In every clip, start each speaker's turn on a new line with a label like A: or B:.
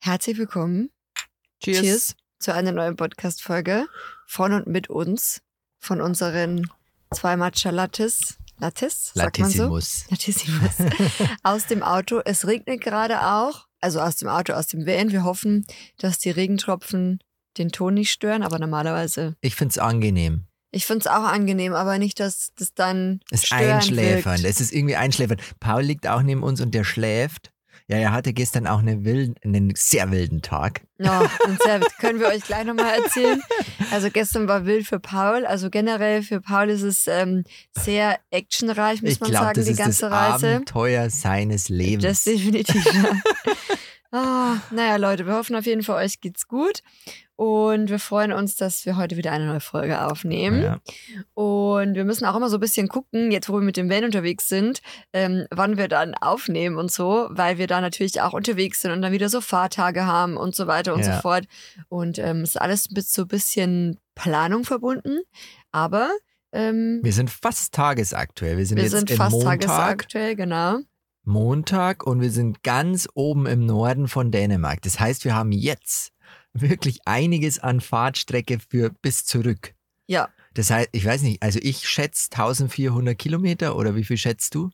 A: Herzlich willkommen.
B: Cheers.
A: zu einer neuen Podcast-Folge von und mit uns, von unseren zwei Matcha Lattes. Lattes, sagt man so?
C: Latissimus.
A: Latissimus. aus dem Auto. Es regnet gerade auch. Also aus dem Auto, aus dem Van. Wir hoffen, dass die Regentropfen den Ton nicht stören, aber normalerweise.
C: Ich find's angenehm.
A: Ich finde es auch angenehm, aber nicht, dass das dann.
C: Es ist
A: störend
C: einschläfernd.
A: wirkt.
C: Es ist irgendwie einschläfernd. Paul liegt auch neben uns und der schläft. Ja, er hatte gestern auch eine wilden, einen sehr wilden Tag.
A: Ja, und sehr, können wir euch gleich nochmal erzählen. Also gestern war wild für Paul. Also generell für Paul ist es ähm, sehr actionreich, muss
C: ich
A: man
C: glaube,
A: sagen,
C: das
A: die
C: ist das
A: ganze Reise.
C: Abenteuer seines Lebens.
A: Das definitiv. Ja. Ah, naja, Leute, wir hoffen auf jeden Fall, euch geht's gut. Und wir freuen uns, dass wir heute wieder eine neue Folge aufnehmen.
C: ja.
A: Und wir müssen auch immer so ein bisschen gucken, jetzt wo wir mit dem Van unterwegs sind, ähm, wann wir dann aufnehmen und so, weil wir da natürlich auch unterwegs sind und dann wieder so Fahrtage haben und so weiter und so
C: Ja.
A: fort. Und ähm, ist alles mit so ein bisschen Planung verbunden. Aber ähm, wir,
C: Wir sind fast tagesaktuell. Wir sind jetzt
A: sind
C: im
A: fast
C: Montag,
A: tagesaktuell, genau.
C: Montag und wir sind ganz oben im Norden von Dänemark. Das heißt, wir haben jetzt wirklich einiges an Fahrtstrecke für bis zurück.
A: Ja.
C: Das heißt, ich weiß nicht, also ich schätze 1400 Kilometer oder wie viel schätzt du?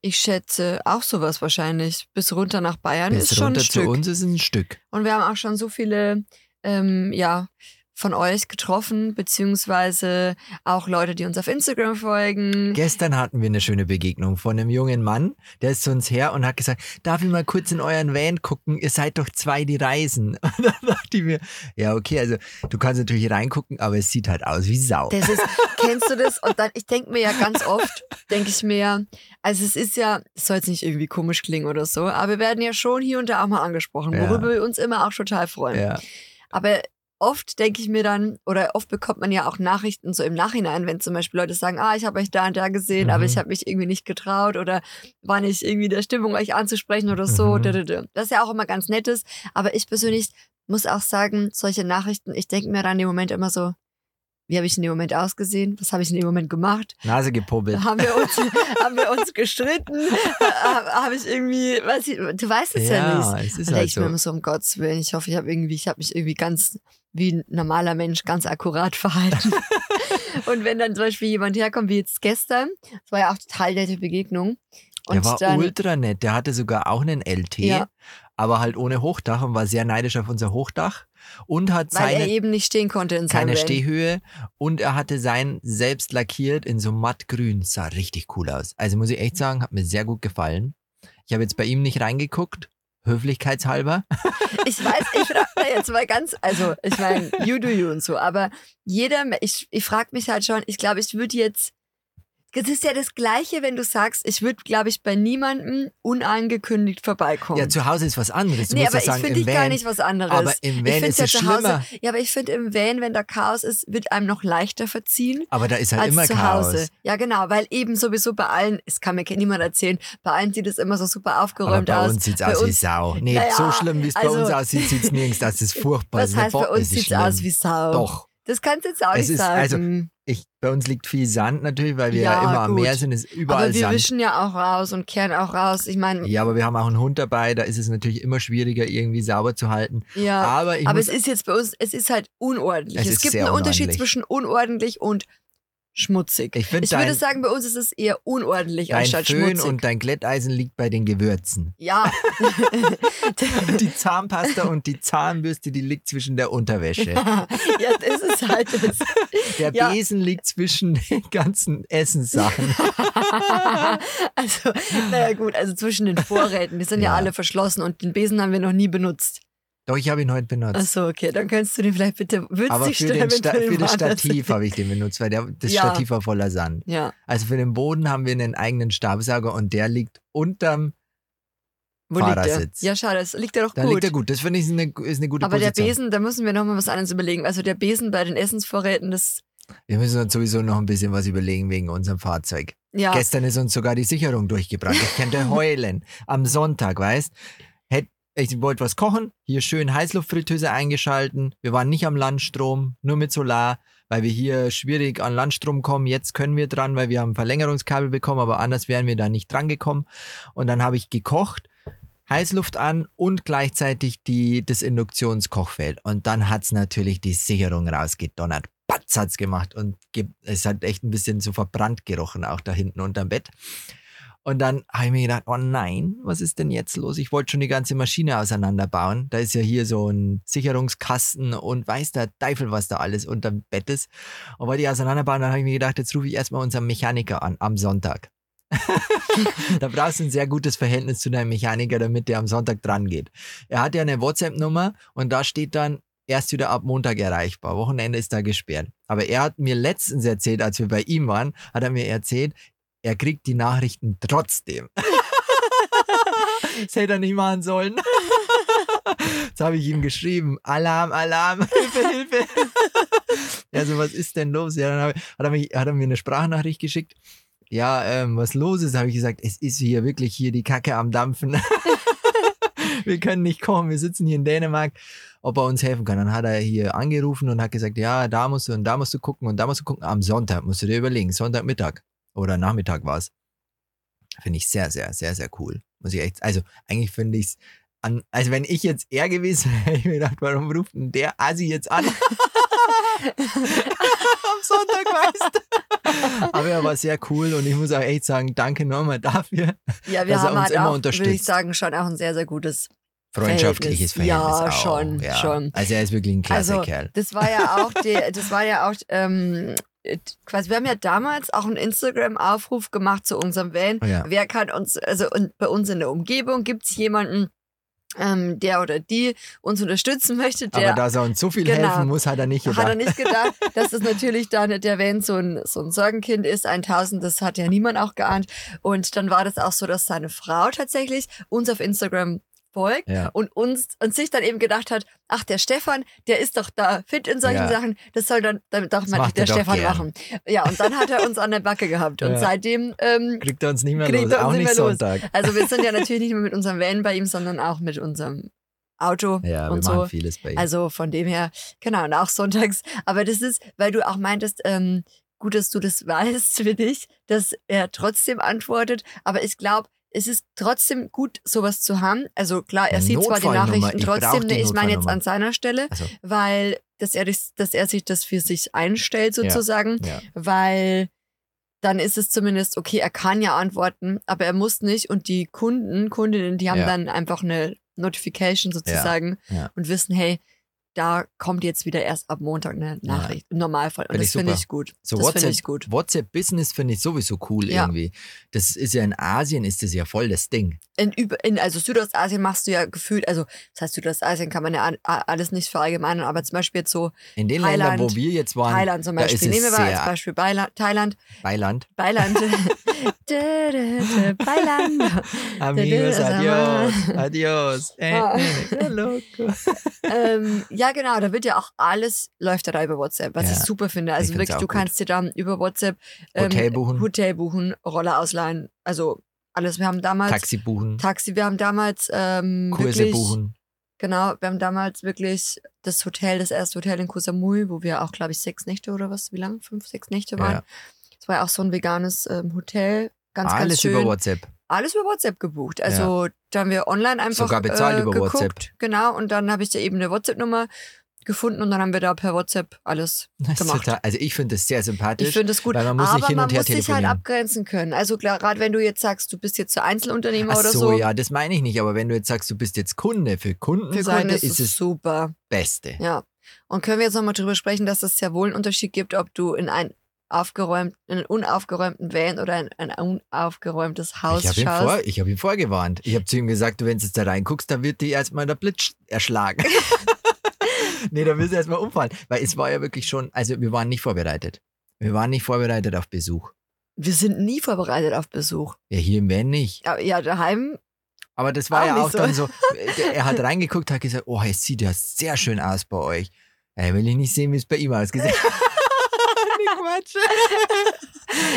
A: Ich schätze auch sowas wahrscheinlich. Bis runter nach Bayern
C: Bis
A: ist schon ein
C: runter
A: Stück.
C: zu uns ist ein Stück.
A: Und wir haben auch schon so viele, ähm, ja, von euch getroffen, beziehungsweise auch Leute, die uns auf Instagram folgen.
C: Gestern hatten wir eine schöne Begegnung von einem jungen Mann, der ist zu uns her und hat gesagt, darf ich mal kurz in euren Van gucken? Ihr seid doch zwei, die reisen. Und dann dachte ich mir, ja okay, also du kannst natürlich reingucken, aber es sieht halt aus wie Sau.
A: Das ist, kennst du das? Und dann, ich denke mir ja ganz oft, denke ich mir ja, also es ist ja, es soll jetzt nicht irgendwie komisch klingen oder so, aber wir werden ja schon hier und da auch mal angesprochen,
C: Ja.
A: worüber wir uns immer auch total freuen.
C: ja.
A: Aber oft denke ich mir dann, oder oft bekommt man ja auch Nachrichten so im Nachhinein, wenn zum Beispiel Leute sagen, ah, ich habe euch da und da gesehen, aber
C: Mhm.
A: ich habe mich irgendwie nicht getraut oder war nicht irgendwie der Stimmung, euch anzusprechen oder so.
C: Mhm.
A: dödödö. Das ist ja auch immer ganz nettes. Aber ich persönlich muss auch sagen, solche Nachrichten, ich denke mir dann im Moment immer so, wie habe ich in dem Moment ausgesehen? Was habe ich in dem Moment gemacht?
C: Nase gepubbelt.
A: Haben wir uns, haben wir uns gestritten? Habe hab ich irgendwie, weiß ich, du weißt es ja, nicht.
C: es ist
A: Da denke
C: halt
A: ich mir
C: so.
A: immer so, um Gottes Willen, ich hoffe, ich habe irgendwie, ich habe mich irgendwie ganz wie ein normaler Mensch ganz akkurat verhalten. und wenn dann zum Beispiel jemand herkommt, wie jetzt gestern, das war ja auch total nette Begegnung. Und
C: Der war
A: dann,
C: ultra nett. Der hatte sogar auch einen LT,
A: Ja.
C: aber halt ohne Hochdach und war sehr neidisch auf unser Hochdach und hat
A: weil er
C: seine
A: eben nicht stehen konnte in seinem
C: keine
A: Van.
C: Stehhöhe und er hatte sein selbst lackiert in so mattgrün. Sah richtig cool aus. Also muss ich echt sagen, hat mir sehr gut gefallen. Ich habe jetzt bei ihm nicht reingeguckt, höflichkeitshalber.
A: Ich weiß, ich frage jetzt mal ganz, also ich meine, you do you und so, aber jeder, ich, ich frage mich halt schon, ich glaube, ich würde jetzt, es ist ja das Gleiche, wenn du sagst, ich würde, glaube ich, bei niemandem unangekündigt vorbeikommen.
C: Ja, zu Hause ist was anderes. Du
A: nee,
C: musst
A: aber
C: ja
A: ich
C: sagen,
A: finde
C: im
A: ich gar
C: Van.
A: nicht was anderes.
C: aber im
A: Ich
C: Van
A: finde
C: ist es
A: ja zu Hause-
C: schlimmer.
A: Ja, aber ich finde im Van, wenn da Chaos ist, wird einem noch leichter verziehen
C: Aber da ist halt
A: als
C: immer
A: zu
C: Chaos.
A: Hause. Ja, genau, weil eben sowieso bei allen, es kann mir niemand erzählen, bei allen sieht es immer so super
C: Aber
A: aufgeräumt
C: bei
A: aus.
C: uns sieht's
A: Bei
C: aus wie
A: uns-
C: Sau. Nee,
A: Naja,
C: so schlimm, wie es
A: also-
C: bei uns aussieht, sieht's nirgends. Das ist furchtbar.
A: Was
C: Das ist
A: heißt, bei uns
C: sieht's
A: sieht es aus wie Sau.
C: Doch.
A: Das kannst du jetzt auch
C: Es
A: nicht
C: ist- also,
A: sagen.
C: Ich, bei uns liegt viel Sand natürlich, weil wir
A: Ja,
C: ja, immer am
A: gut.
C: Meer sind, ist überall
A: aber wir
C: Sand.
A: wischen ja auch raus und kehren auch raus. Ich meine,
C: Ja, aber wir haben auch einen Hund dabei, da ist es natürlich immer schwieriger, irgendwie sauber zu halten.
A: ja.
C: aber ich
A: aber
C: muss,
A: es ist jetzt bei uns, es ist halt unordentlich.
C: Es
A: Es,
C: ist
A: gibt
C: sehr
A: einen Unterschied
C: unordentlich.
A: zwischen unordentlich und schmutzig.
C: ich finde
A: Ich würde
C: dein,
A: sagen, bei uns ist es eher unordentlich
C: dein
A: anstatt
C: Föhn
A: schmutzig.
C: und dein Glätteisen liegt bei den Gewürzen.
A: ja.
C: Die Zahnpasta und die Zahnbürste, die liegt zwischen der Unterwäsche.
A: ja, das ist halt das.
C: Der
A: Ja.
C: Besen liegt zwischen den ganzen Essenssachen.
A: also, naja, gut, also zwischen den Vorräten, die sind ja,
C: Ja.
A: alle verschlossen und den Besen haben wir noch nie benutzt.
C: Doch, ich habe ihn heute benutzt.
A: Achso, okay, dann kannst du den vielleicht bitte
C: aber
A: würzig
C: für,
A: stellen,
C: den
A: wenn
C: Sta
A: du den
C: für das
A: woanders-
C: Stativ habe ich den benutzt, weil der, das
A: Ja.
C: Stativ war voller Sand.
A: Ja,
C: Also für den Boden haben wir einen eigenen Stabsauger und der liegt unterm,
A: wo liegt
C: Fahrersitz.
A: der? Ja, schade, das liegt ja doch
C: da
A: gut.
C: liegt er gut. Das finde ich ist eine, ist eine gute
A: aber der
C: Position.
A: Besen, da müssen wir nochmal was anderes überlegen. Also der Besen bei den Essensvorräten, das,
C: Wir müssen uns sowieso noch ein bisschen was überlegen wegen unserem Fahrzeug.
A: ja,
C: Gestern ist uns sogar die Sicherung durchgebrannt. Ich könnte heulen. Am Sonntag, weißt Hätt- Ich wollte was kochen, hier schön Heißluftfritteuse eingeschalten. Wir waren nicht am Landstrom, nur mit Solar, weil wir hier schwierig an Landstrom kommen. Jetzt können wir dran, weil wir haben ein Verlängerungskabel bekommen, aber anders wären wir da nicht dran gekommen. Und dann habe ich gekocht, Heißluft an und gleichzeitig die, das Induktionskochfeld. Und dann hat es natürlich die Sicherung rausgedonnert. Patz hat's gemacht und ge es hat echt ein bisschen so verbrannt gerochen, auch da hinten unterm Bett. Und dann habe ich mir gedacht, oh nein, was ist denn jetzt los? Ich wollte schon die ganze Maschine auseinanderbauen. Da ist ja hier so ein Sicherungskasten und weiß der Teufel, was da alles unterm Bett ist. Und wollte ich auseinanderbauen, dann habe ich mir gedacht, jetzt rufe ich erstmal unseren Mechaniker an am Sonntag. da brauchst du ein sehr gutes Verhältnis zu deinem Mechaniker, damit der am Sonntag dran geht. Er hat ja eine WhatsApp-Nummer und da steht dann, erst wieder ab Montag erreichbar. Wochenende ist da gesperrt. Aber er hat mir letztens erzählt, als wir bei ihm waren, hat er mir erzählt, er kriegt die Nachrichten trotzdem. das hätte er nicht machen sollen. Jetzt habe ich ihm geschrieben, Alarm, Alarm, Hilfe, Hilfe. Ja, so, was ist denn los? Ja, dann hab, hat, er mich, hat er mir eine Sprachnachricht geschickt. Ja, ähm, was los ist, habe ich gesagt, es ist hier wirklich hier die Kacke am Dampfen. wir können nicht kommen, wir sitzen hier in Dänemark, ob er uns helfen kann. Dann hat er hier angerufen und hat gesagt, ja, da musst du und da musst du gucken und da musst du gucken. Am Sonntag musst du dir überlegen, Sonntagmittag oder Nachmittag war es. Finde ich sehr, sehr, sehr, sehr cool. Muss ich echt, also eigentlich finde ich es, also wenn ich jetzt er gewesen wäre, hätte ich mir gedacht, warum ruft denn der Asi jetzt an? Am Sonntag weißt du. Aber er war sehr cool und ich muss auch echt sagen, danke nochmal dafür.
A: Ja, wir
C: Dass er
A: haben
C: also uns
A: halt
C: immer
A: auch, würde ich
C: unterstützt.
A: sagen, schon auch ein sehr, sehr gutes
C: Freundschaftliches Verhältnis.
A: Verhältnis. Ja,
C: auch.
A: schon,
C: ja.
A: schon.
C: Also er ist wirklich ein klasse
A: Also,
C: Kerl.
A: Das war ja auch, die, das war ja auch, ähm, äh, quasi, wir haben ja damals auch einen Instagram-Aufruf gemacht zu unserem Van.
C: Oh, Ja.
A: Wer kann uns, also und bei uns in der Umgebung gibt es jemanden, ähm, der oder die uns unterstützen möchte,
C: Aber
A: der
C: da er uns so viel
A: Genau.
C: helfen muss, hat er nicht
A: hat er
C: gedacht.
A: nicht gedacht, dass das natürlich da nicht der Van so ein, so ein Sorgenkind ist, 1000, das hat ja niemand auch geahnt. Und dann war das auch so, dass seine Frau tatsächlich uns auf Instagram folgt
C: Ja.
A: und uns und sich dann eben gedacht hat, ach der Stefan, der ist doch da fit in solchen
C: Ja.
A: Sachen, das soll dann damit doch mal
C: macht
A: der
C: er doch
A: Stefan
C: gern.
A: machen. Ja, und dann hat er uns an der Backe gehabt und
C: Ja.
A: seitdem ähm,
C: Kriegt er uns nicht mehr
A: Kriegt
C: los,
A: er uns
C: auch
A: nicht
C: nicht
A: mehr los.
C: Sonntag.
A: also wir sind ja natürlich nicht nur mit unserem Van bei ihm, sondern auch mit unserem Auto
C: Ja, wir
A: und
C: machen
A: so.
C: vieles bei ihm.
A: Also von dem her, genau, und auch sonntags. Aber das ist, weil du auch meintest, ähm, gut, dass du das weißt für dich, dass er trotzdem antwortet. Aber ich glaube, es ist trotzdem gut, sowas zu haben. Also klar, er
C: Eine
A: sieht zwar die
C: Notfallnummer.
A: Nachrichten
C: Ich brauch
A: trotzdem,
C: die
A: ne, ich meine jetzt
C: Notfallnummer.
A: an seiner Stelle,
C: Also,
A: weil dass er, das- dass er sich das für sich einstellt
C: Ja,
A: sozusagen,
C: ja.
A: weil dann ist es zumindest, okay, er kann ja antworten, aber er muss nicht. Und die Kunden, Kundinnen, die haben
C: Ja.
A: dann einfach eine Notification sozusagen
C: ja.
A: und wissen, hey, da kommt jetzt wieder erst ab Montag eine
C: Ja.
A: Nachricht, im Normalfall. Und
C: Find ich
A: das finde
C: super.
A: ich gut.
C: So
A: das finde
C: WhatsApp,
A: ich gut.
C: WhatsApp Business finde ich sowieso cool
A: Ja.
C: irgendwie. Das ist ja in Asien ist das ja voll das Ding.
A: In, über- in, also Südostasien machst du ja gefühlt, also das heißt Südostasien kann man ja a- a- alles nicht verallgemeinern, aber zum Beispiel jetzt so
C: In den
A: Thailand.
C: Ländern, wo wir jetzt waren,
A: Thailand zum
C: da
A: Beispiel,
C: ist es
A: nehmen wir mal
C: sehr-
A: als Beispiel Beiland, Thailand,
C: Thailand.
A: Beiland, Dä, dä, dä, Beiland.
C: Amigos,
A: das haben
C: adios, adios. Eh,
A: Ah.
C: eh, eh, loco.
A: ähm, ja, genau, da wird ja auch alles, läuft ja da über WhatsApp, was
C: Ja.
A: ich super finde.
C: Ich
A: Also
C: find's
A: wirklich,
C: auch
A: du
C: gut.
A: kannst dir dann über WhatsApp ähm,
C: Hotel buchen.
A: Hotel buchen, Roller ausleihen, also alles. Wir haben damals
C: Taxi buchen,
A: Taxi, wir haben damals ähm,
C: Mhm. Kurse
A: wirklich,
C: buchen.
A: genau, wir haben damals wirklich das Hotel, das erste Hotel in Koh Samui, wo wir auch, glaube ich, sechs Nächte oder was, wie lang? Fünf, sechs Nächte waren.
C: Ja.
A: Es war ja auch so ein veganes ähm, Hotel, ganz,
C: Alles
A: ganz schön.
C: über WhatsApp.
A: Alles über WhatsApp gebucht. Also da haben wir online einfach
C: Sogar bezahlt
A: äh,
C: über
A: geguckt.
C: WhatsApp.
A: Genau, und dann habe ich da eben eine WhatsApp-Nummer gefunden und dann haben wir da per WhatsApp alles
C: Das ist
A: gemacht.
C: total, also ich finde das sehr sympathisch.
A: Ich finde das gut,
C: weil man muss
A: aber
C: nicht hin
A: man
C: und her
A: muss sich halt
C: telefonieren.
A: abgrenzen können. Also klar, gerade wenn du jetzt sagst, du bist jetzt so Einzelunternehmer
C: Ach
A: oder
C: so,
A: so,
C: ja, das meine ich nicht. Aber wenn du jetzt sagst, du bist jetzt Kunde, für
A: für
C: Kundenseite
A: Kunden ist,
C: ist
A: es
C: es
A: super.
C: Beste.
A: Ja. Und können wir jetzt nochmal drüber sprechen, dass es ja wohl einen Unterschied gibt, ob du in ein aufgeräumt, in einen unaufgeräumten Van oder in ein unaufgeräumtes Haus
C: Ich habe ihn,
A: schaust.
C: vor, ich hab ihn vorgewarnt. Ich habe zu ihm gesagt, du, wenn du jetzt da reinguckst, dann wird dir erstmal der Blitz erschlagen. nee, da wirst du erstmal umfallen. Weil es war ja wirklich schon, also wir waren nicht vorbereitet. Wir waren nicht vorbereitet auf Besuch.
A: wir sind nie vorbereitet auf Besuch.
C: Ja, hier im Van nicht.
A: Ja, Ja, daheim
C: Aber das war
A: Auch
C: ja
A: nicht
C: auch
A: so.
C: dann so, der- er hat reingeguckt, hat gesagt, oh, es sieht ja sehr schön aus bei euch. Ja, will ich nicht sehen, wie es bei ihm ausgesehen hat. Quatsch.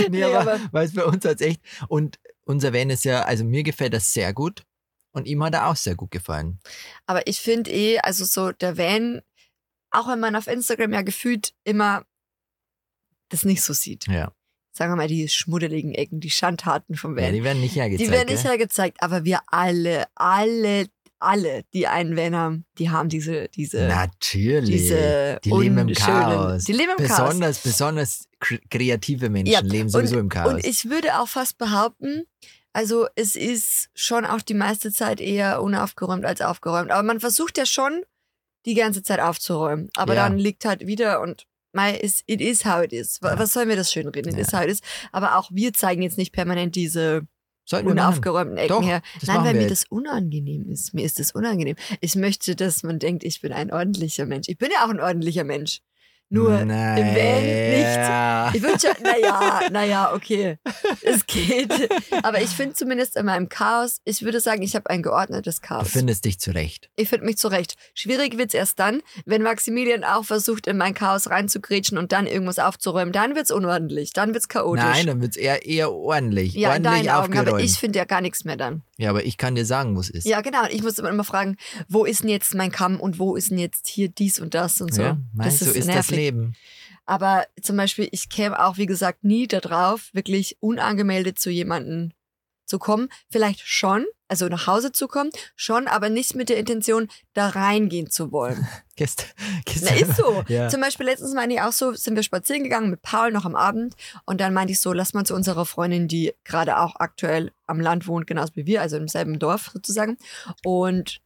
C: nee,
A: Nee,
C: aber,
A: aber-
C: weil es bei uns hat's echt, und unser Van ist ja, also mir gefällt das sehr gut. Und ihm hat er auch sehr gut gefallen.
A: Aber ich finde eh, also so der Van, auch wenn man auf Instagram ja gefühlt immer das nicht so sieht,
C: Ja.
A: sagen wir mal, die schmuddeligen Ecken, die Schandtaten vom
C: Ja,
A: Van.
C: die werden nicht hergezeigt.
A: die werden
C: gell?
A: nicht hergezeigt, aber wir alle, alle, alle, die einen Van haben, die haben diese, diese,
C: Natürlich.
A: diese
C: die leben im
A: unschönen-
C: Chaos.
A: Die leben im Chaos.
C: besonders, besonders kre- kreative Menschen
A: Ja,
C: leben sowieso im Chaos.
A: Und ich würde auch fast behaupten, also es ist schon auch die meiste Zeit eher unaufgeräumt als aufgeräumt. Aber man versucht ja schon, die ganze Zeit aufzuräumen. Aber
C: Ja.
A: dann liegt halt wieder und mei, is, it is how it is. Wa-
C: Ja.
A: Was sollen wir das schön reden? It
C: Ja.
A: is how it is. Aber auch wir zeigen jetzt nicht permanent diese
C: Sollten wir machen.
A: unaufgeräumten Ecken
C: Doch,
A: her.
C: das
A: Nein,
C: machen
A: weil
C: wir
A: mir
C: jetzt.
A: das unangenehm ist. Mir ist das unangenehm. Ich möchte, dass man denkt, ich bin ein ordentlicher Mensch. Ich bin ja auch ein ordentlicher Mensch. Nur
C: Nein.
A: im Van nicht.
C: nicht.
A: Ich wünsche, naja, naja, okay. Es geht. Aber ich finde zumindest in meinem Chaos, ich würde sagen, ich habe ein geordnetes
C: Du
A: Chaos.
C: findest dich zurecht.
A: ich finde mich zurecht. Schwierig wird's erst dann, wenn Maximilian auch versucht, in mein Chaos reinzugrätschen und dann irgendwas aufzuräumen. Dann wird's unordentlich, dann wird's chaotisch.
C: Nein, dann wird's eher, eher ordentlich.
A: ja, in
C: ordentlich
A: deinen Augen,
C: aufgeräumt.
A: aber ich finde ja gar nichts mehr dann.
C: ja, aber ich kann dir sagen, wo es ist.
A: Ja, genau. Und ich muss immer, immer fragen, wo ist denn jetzt mein Kamm und wo ist denn jetzt hier dies und das und so.
C: Ja, meinst du, ist das Leben.
A: Aber zum Beispiel, ich käme auch, wie gesagt, nie darauf, wirklich unangemeldet zu jemandem zu kommen. Vielleicht schon, also nach Hause zu kommen, schon, aber nicht mit der Intention, da reingehen zu wollen.
C: Gest, gest,
A: Na, ist so.
C: Ja.
A: Zum Beispiel letztens meine ich auch so, sind wir spazieren gegangen mit Paul noch am Abend und dann meinte ich so, lass mal zu unserer Freundin, die gerade auch aktuell am Land wohnt, genauso wie wir, also im selben Dorf sozusagen. Und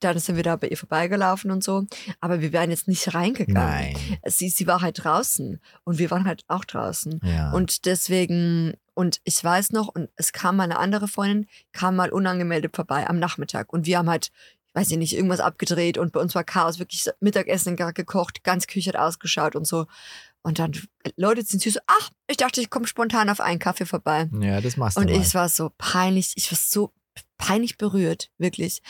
A: dann sind wir da bei ihr vorbeigelaufen und so. Aber wir wären jetzt nicht reingegangen
C: Nein.
A: sie, sie war halt draußen und wir waren halt auch draußen.
C: Ja.
A: Und deswegen, und ich weiß noch, und es kam mal eine andere Freundin, kam mal unangemeldet vorbei am Nachmittag. Und wir haben halt, weiß ich nicht, irgendwas abgedreht und bei uns war Chaos, wirklich Mittagessen gar gekocht, ganz Küche hat ausgeschaut und so. Und dann Leute sind süß, ach, ich dachte, ich komme spontan auf einen Kaffee vorbei.
C: ja, das machst
A: Und
C: du mal.
A: ich war so peinlich, ich war so peinlich berührt, wirklich.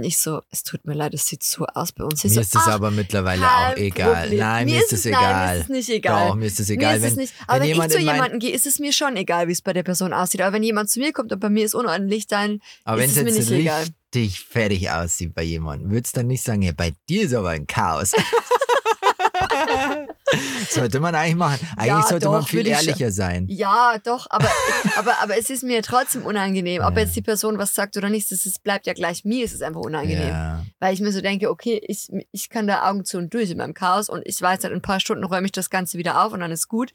A: Ich so, es tut mir leid, es sieht so aus bei uns. Sie
C: mir
A: so,
C: ist es
A: ach,
C: aber mittlerweile
A: kein
C: auch egal.
A: Problem.
C: Nein, mir, ist es egal.
A: Nein, mir ist es nicht egal.
C: Doch, mir ist es
A: mir
C: egal.
A: ist es
C: wenn,
A: nicht. Aber wenn,
C: jemand
A: ich zu
C: in mein-
A: jemandem gehe, ist es mir schon egal, wie es bei der Person aussieht. Aber wenn jemand zu mir kommt und bei mir ist unordentlich, dann
C: aber wenn
A: ist
C: es
A: es mir
C: jetzt
A: nicht egal.
C: richtig fertig aussieht bei jemandem, würdest du dann nicht sagen, ja, bei dir ist aber ein Chaos. sollte man eigentlich machen. Eigentlich
A: Ja,
C: sollte man
A: doch,
C: viel
A: würde ich schon.
C: ehrlicher sein.
A: ja, doch, aber, aber, aber es ist mir trotzdem unangenehm. Ob
C: Ja.
A: jetzt die Person was sagt oder nicht, das ist, bleibt ja gleich mir, ist es einfach unangenehm.
C: Ja.
A: Weil ich mir so denke, okay, ich, ich kann da Augen zu und durch in meinem Chaos und ich weiß, dann in ein paar Stunden räume ich das Ganze wieder auf und dann ist gut.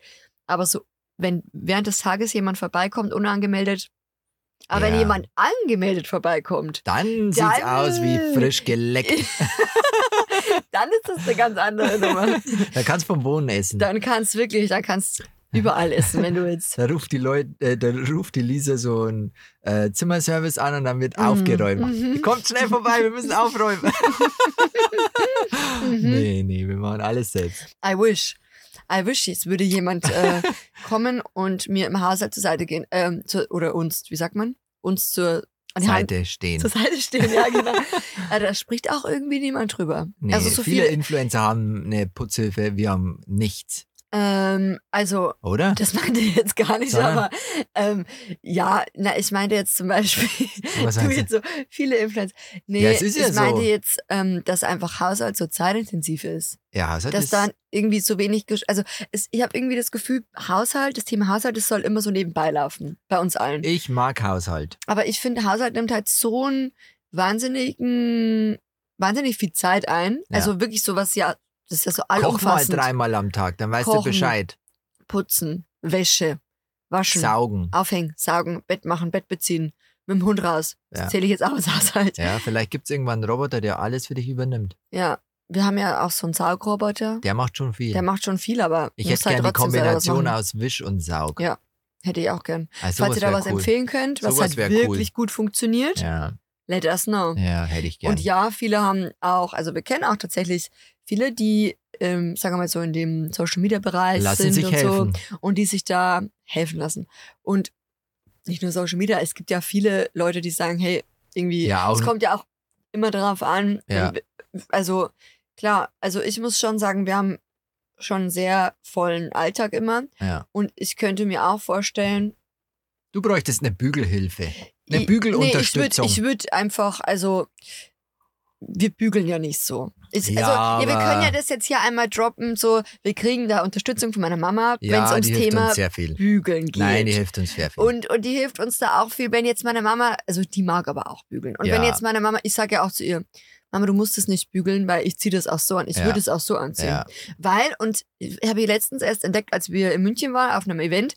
A: Aber so, wenn während des Tages jemand vorbeikommt, unangemeldet, aber wenn
C: Ja.
A: jemand angemeldet vorbeikommt,
C: Dann sieht's
A: Dann-
C: aus wie frisch geleckt.
A: dann ist das eine ganz andere Nummer.
C: Da kannst du vom Boden essen.
A: Dann kannst du wirklich, dann kannst du überall essen, wenn du willst.
C: Da ruft die Leute, äh, da ruft die Lisa so einen äh, Zimmerservice an und dann wird aufgeräumt.
A: Mhm.
C: Kommt schnell vorbei, wir müssen aufräumen.
A: Mhm.
C: nee, nee, wir machen alles selbst.
A: I wish. I wish, es würde jemand äh, kommen und mir im Haushalt zur Seite gehen. Ähm, zu, oder uns, wie sagt man? Uns zur an die Hand-
C: Seite stehen.
A: zur Seite stehen, ja, genau. also, da spricht auch irgendwie niemand drüber.
C: Nee,
A: also, so
C: viele,
A: viele.
C: Influencer haben eine Putzhilfe, wir haben nichts,
A: Ähm, also,
C: oder?
A: Das meinte ich jetzt gar nicht,
C: Sondern?
A: aber ähm, ja, na, ich meinte jetzt zum Beispiel,
C: Was
A: du
C: meinst du?
A: jetzt so viele Influencer. Nee,
C: Ja, es ist ja
A: ich meinte
C: so.
A: jetzt, ähm, dass einfach Haushalt so zeitintensiv ist.
C: Ja, also
A: dass dann irgendwie so wenig, gesch- also es, ich habe irgendwie das Gefühl, Haushalt, das Thema Haushalt, das soll immer so nebenbei laufen, bei uns allen.
C: ich mag Haushalt.
A: Aber ich finde, Haushalt nimmt halt so einen wahnsinnigen, wahnsinnig viel Zeit ein.
C: Ja.
A: Also wirklich sowas, ja, das ist ja so
C: Koch mal
A: allumfassend.
C: dreimal am Tag, dann weißt
A: Kochen,
C: du Bescheid.
A: Putzen, Wäsche, Waschen.
C: Saugen.
A: aufhängen, saugen, Bett machen, Bett beziehen, mit dem Hund raus. Das
C: Ja.
A: zähle ich jetzt auch als Haushalt. Ja.
C: Ja, vielleicht gibt es irgendwann einen Roboter, der alles für dich übernimmt.
A: wir haben ja auch so einen Saugroboter.
C: Der macht schon viel.
A: Der macht schon viel, aber
C: ich
A: muss
C: hätte
A: halt
C: gerne die
A: trotzdem selber was
C: Kombination
A: machen.
C: aus Wisch und Saug.
A: Ja, Hätte ich auch gern.
C: Also
A: Falls ihr da
C: wär
A: was
C: cool.
A: empfehlen könnt, was
C: Sowas
A: halt
C: wär cool.
A: wirklich gut funktioniert,
C: Ja,
A: let us know.
C: ja hätte ich gerne.
A: Und ja, viele haben auch, also wir kennen auch tatsächlich viele, die, ähm, sagen wir mal so, in dem Social Media Bereich
C: Lassen
A: sind
C: sich
A: und so.
C: helfen.
A: und die sich da helfen lassen. Und nicht nur Social Media, es gibt ja viele Leute, die sagen, hey, irgendwie,
C: Ja, auch-
A: es kommt ja auch immer darauf an.
C: Ja.
A: Also klar, also ich muss schon sagen, wir haben schon einen sehr vollen Alltag immer
C: Ja.
A: und ich könnte mir auch vorstellen,
C: Du bräuchtest eine Bügelhilfe. Eine
A: ich-
C: Bügelunterstützung.
A: Nee, ich würde ich würd einfach, also wir bügeln ja nicht so. Ich,
C: Ja,
A: also, ja, wir
C: aber-
A: können ja das jetzt hier einmal droppen, so, wir kriegen da Unterstützung von meiner Mama, wenn es
C: Ja,
A: ums
C: die hilft
A: Thema
C: uns sehr viel.
A: Bügeln geht.
C: Nein, die hilft uns sehr viel.
A: Und, und die hilft uns da auch viel, wenn jetzt meine Mama, also die mag aber auch bügeln. Und wenn
C: Ja.
A: jetzt meine Mama, ich sage ja auch zu ihr, Mama, du musst es nicht bügeln, weil ich ziehe das auch so an. Ich
C: Ja.
A: würde es auch so anziehen.
C: ja.
A: Weil, und ich habe ich letztens erst entdeckt, als wir in München waren auf einem Event,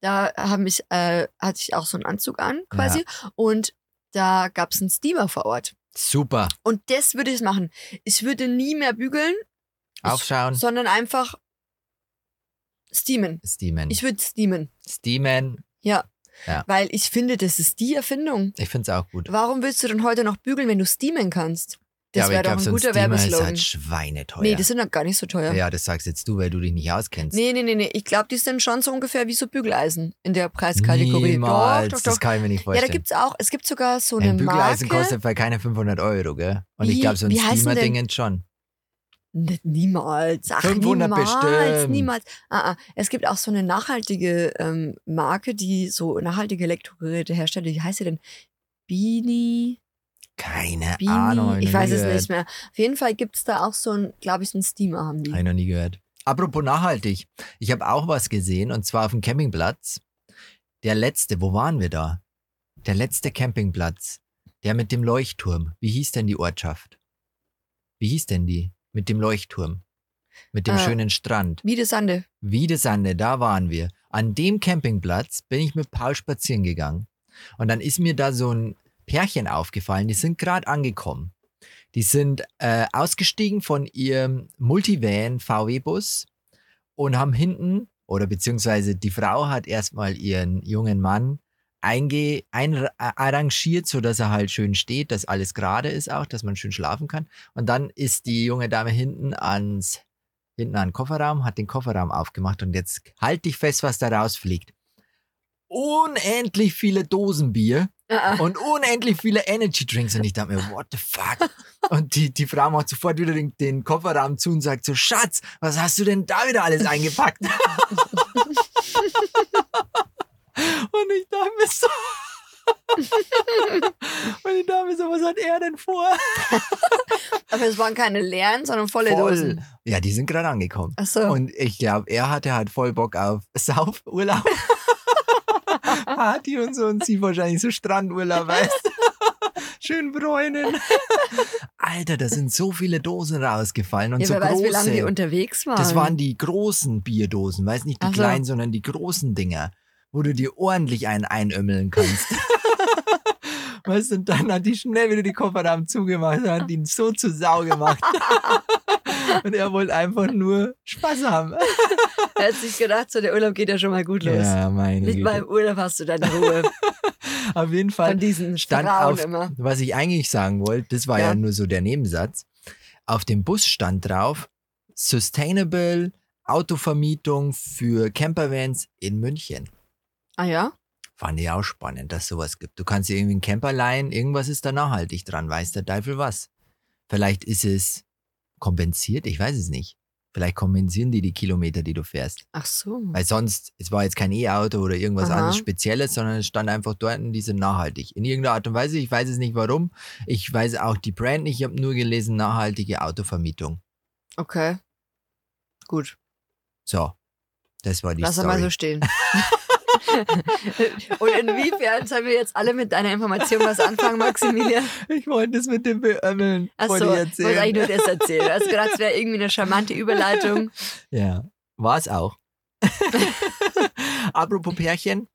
A: da haben mich, äh, hatte ich auch so einen Anzug an quasi und da gab es einen Steamer vor Ort.
C: Super.
A: Und das würde ich machen. Ich würde nie mehr bügeln,
C: Aufschauen.
A: sondern einfach steamen.
C: Steamen.
A: Ich würde steamen,
C: Steamen.
A: weil ich finde, das ist die Erfindung.
C: Ich finde es auch gut.
A: Warum willst du denn heute noch bügeln, wenn du steamen kannst? Das
C: aber
A: wäre
C: ich
A: doch
C: glaub, so
A: ein guter
C: Steamer ist
A: Werbeslogan.
C: halt schweineteuer.
A: nee, die sind doch gar nicht so teuer.
C: ja, das sagst jetzt du, weil du dich nicht auskennst.
A: Nee, nee, nee, nee. Ich glaube, die sind schon so ungefähr wie so Bügeleisen in der Preiskategorie.
C: Niemals,
A: Doch, doch,
C: das
A: doch.
C: kann ich mir nicht
A: Ja, da
C: vorstellen.
A: gibt's auch, es gibt sogar so eine
C: ein Bügeleisen
A: Marke.
C: kostet bei keine 500 Euro, gell? Und
A: Wie-
C: ich glaube, so ein
A: wie heißen denn-
C: Steamer-Ding schon.
A: Nee, niemals. Ach,
C: 500
A: niemals,
C: bestimmt.
A: niemals. Ah, ah. Es gibt auch so eine nachhaltige ähm, Marke, die so nachhaltige Elektrogeräte herstellt. Wie heißt sie denn? Beanie?
C: Keine
A: Beanie?
C: Ahnung. hab
A: ich
C: Ah, noch
A: weiß
C: nie
A: es
C: gehört.
A: nicht mehr. Auf jeden Fall gibt's da auch so ein, glaube ich, einen Steamer haben die.
C: Habe ich noch nie gehört. Apropos nachhaltig. Ich habe auch was gesehen und zwar auf dem Campingplatz. Der letzte, wo waren wir da? Der letzte Campingplatz. Der mit dem Leuchtturm. Wie hieß denn die Ortschaft? Wie hieß denn die? Mit dem Leuchtturm. Mit dem
A: Äh.
C: schönen Strand.
A: Wie die Sande.
C: Wiedesande, da waren wir. An dem Campingplatz bin ich mit Paul spazieren gegangen. Und dann ist mir da so ein Pärchen aufgefallen, die sind gerade angekommen. Die sind äh, ausgestiegen von ihrem Multivan VW-Bus und haben hinten, oder beziehungsweise die Frau hat erstmal ihren jungen Mann einge ein äh, arrangiert, sodass er halt schön steht, dass alles gerade ist auch, dass man schön schlafen kann. Und dann ist die junge Dame hinten ans hinten an den Kofferraum, hat den Kofferraum aufgemacht und jetzt halt dich fest, was da rausfliegt. Unendlich viele Dosen Bier
A: Ah, ah.
C: und unendlich viele Energy Drinks. Und ich dachte mir, what the fuck? Und die, die Frau macht sofort wieder den, den Kofferraum zu und sagt so, Schatz, was hast du denn da wieder alles eingepackt? und ich dachte mir so, und ich dachte mir so, was hat er denn vor?
A: Aber es waren keine leeren, sondern volle
C: Voll.
A: Dosen.
C: Ja, die sind gerade angekommen.
A: Ach so.
C: Und ich glaube, er hatte halt voll Bock auf Saufurlaub. Party und so und sie wahrscheinlich so Strandurlaub, weißt du? Schön bräunen. Alter, da sind so viele Dosen rausgefallen und
A: ja,
C: so
A: wer weiß, wie lange die
C: große.
A: unterwegs waren.
C: das waren die großen Bierdosen, weißt nicht die
A: Ach so.
C: kleinen, sondern die großen Dinger, wo du dir ordentlich einen einömmeln kannst. weißt du, und dann hat die schnell wieder die Kofferraum zugemacht, hat ihn so zu Sau gemacht. und er wollte einfach nur Spaß haben. Ah,
A: Er hat sich gedacht, so der Urlaub geht ja schon mal gut los.
C: Ja, meine
A: Nicht beim
C: Güte.
A: Urlaub hast du deine Ruhe
C: Auf jeden
A: von
C: Fall,
A: diesen
C: Stand
A: Frauen
C: auf-
A: immer.
C: was ich eigentlich sagen wollte, das war ja.
A: Ja.
C: nur so der Nebensatz. Auf dem Bus stand drauf, Sustainable Autovermietung für Campervans in München.
A: Ah ja?
C: Fand ich auch spannend, dass sowas gibt. Du kannst dir irgendwie einen Camper leihen, irgendwas ist da nachhaltig dran, weiß der Teufel was. Vielleicht ist es kompensiert, ich weiß es nicht. Vielleicht kompensieren die die Kilometer, die du fährst.
A: Ach so.
C: Weil sonst, es war jetzt kein E-Auto oder irgendwas
A: Aha.
C: anderes Spezielles, sondern es stand einfach dort und die sind nachhaltig. In irgendeiner Art und Weise, ich weiß es nicht warum. Ich weiß auch die Brand nicht, ich habe nur gelesen, nachhaltige Autovermietung.
A: Okay. Gut.
C: So, das war die
A: Lass er
C: Story.
A: mal so stehen. Und inwiefern sollen wir jetzt alle mit deiner Information was anfangen, Maximilian?
C: ich wollte das mit dem Beömmeln
A: Achso, ich wollte eigentlich nur das erzählen. Du hast gedacht, es wäre irgendwie eine charmante Überleitung.
C: Ja, war es auch. Apropos Pärchen,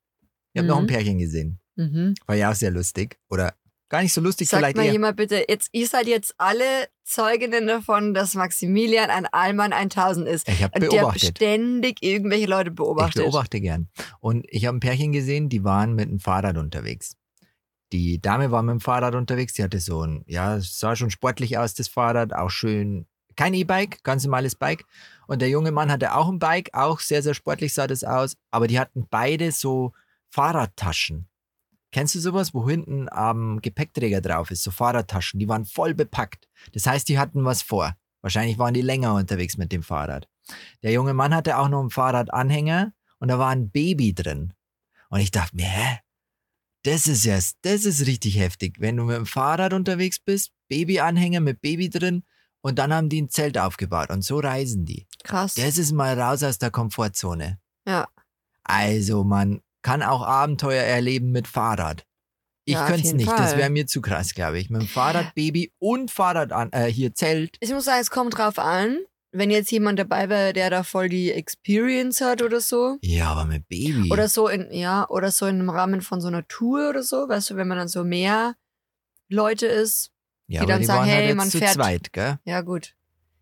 C: ich habe noch ein
A: Mhm.
C: Pärchen gesehen.
A: Mhm.
C: War ja auch sehr lustig. Oder gar nicht so lustig,
A: Sagt
C: vielleicht
A: mal
C: eher.
A: jemand bitte, jetzt, ihr seid jetzt alle Zeuginnen davon, dass Maximilian ein Allmann 1000 ist.
C: Ich habe
A: Und der
C: beobachtet.
A: ständig irgendwelche Leute
C: Ich
A: beobachtet.
C: beobachte gern. Und ich habe ein Pärchen gesehen, die waren mit dem Fahrrad unterwegs. Die Dame war mit dem Fahrrad unterwegs, die hatte so ein, ja, es sah schon sportlich aus, das Fahrrad, auch schön, kein E-Bike, ganz normales Bike. Und der junge Mann hatte auch ein Bike, auch sehr, sehr sportlich sah das aus, aber die hatten beide so Fahrradtaschen. Kennst du sowas, wo hinten am Gepäckträger drauf ist, so Fahrradtaschen, die waren voll bepackt. Das heißt, die hatten was vor. Wahrscheinlich waren die länger unterwegs mit dem Fahrrad. Der junge Mann hatte auch noch einen Fahrradanhänger und da war ein Baby drin. Und ich dachte mir, hä? Das ist ja, das ist richtig heftig. Wenn du mit dem Fahrrad unterwegs bist, Babyanhänger mit Baby drin und dann haben die ein Zelt aufgebaut und so reisen die.
A: Krass.
C: Das ist mal raus aus der Komfortzone.
A: Ja.
C: Also man kann auch Abenteuer erleben mit Fahrrad. Ich
A: Ja, auf
C: könnte es
A: jeden
C: nicht, das
A: Fall.
C: wäre mir zu krass, glaube ich. Mit dem Fahrrad, Baby und Fahrrad an, äh, hier Zelt.
A: Ich muss sagen, es kommt drauf an. Wenn jetzt jemand dabei wäre, der da voll die Experience hat oder so.
C: Ja, aber mit Baby.
A: Oder so in, ja, oder so in einem Rahmen von so einer Tour oder so, weißt du, wenn man dann so mehr Leute ist.
C: ja,
A: die
C: aber
A: dann sagen,
C: waren
A: hey,
C: halt jetzt
A: man
C: zu
A: fährt-
C: zweit, gell?
A: Ja, gut.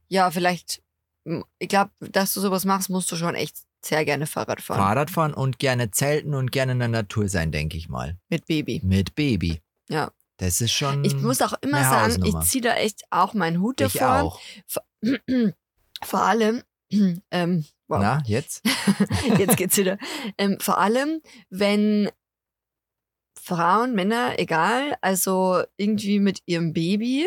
A: Ja, vielleicht, m, ich glaube, dass du sowas machst, musst du schon echt sehr gerne Fahrrad fahren.
C: Fahrrad fahren und gerne zelten und gerne in der Natur sein, denke ich mal.
A: Mit Baby.
C: Mit Baby.
A: Ja.
C: Das ist schon.
A: Ich muss auch immer
C: Eine
A: sagen, ich
C: Hausnummer.
A: ziehe da echt auch meinen Hut
C: Mm, ich
A: davor.
C: auch.
A: Vor allem, ähm, wow.
C: Na, jetzt?
A: Jetzt geht's wieder. Ähm, vor allem, wenn Frauen, Männer, egal, also irgendwie mit ihrem Baby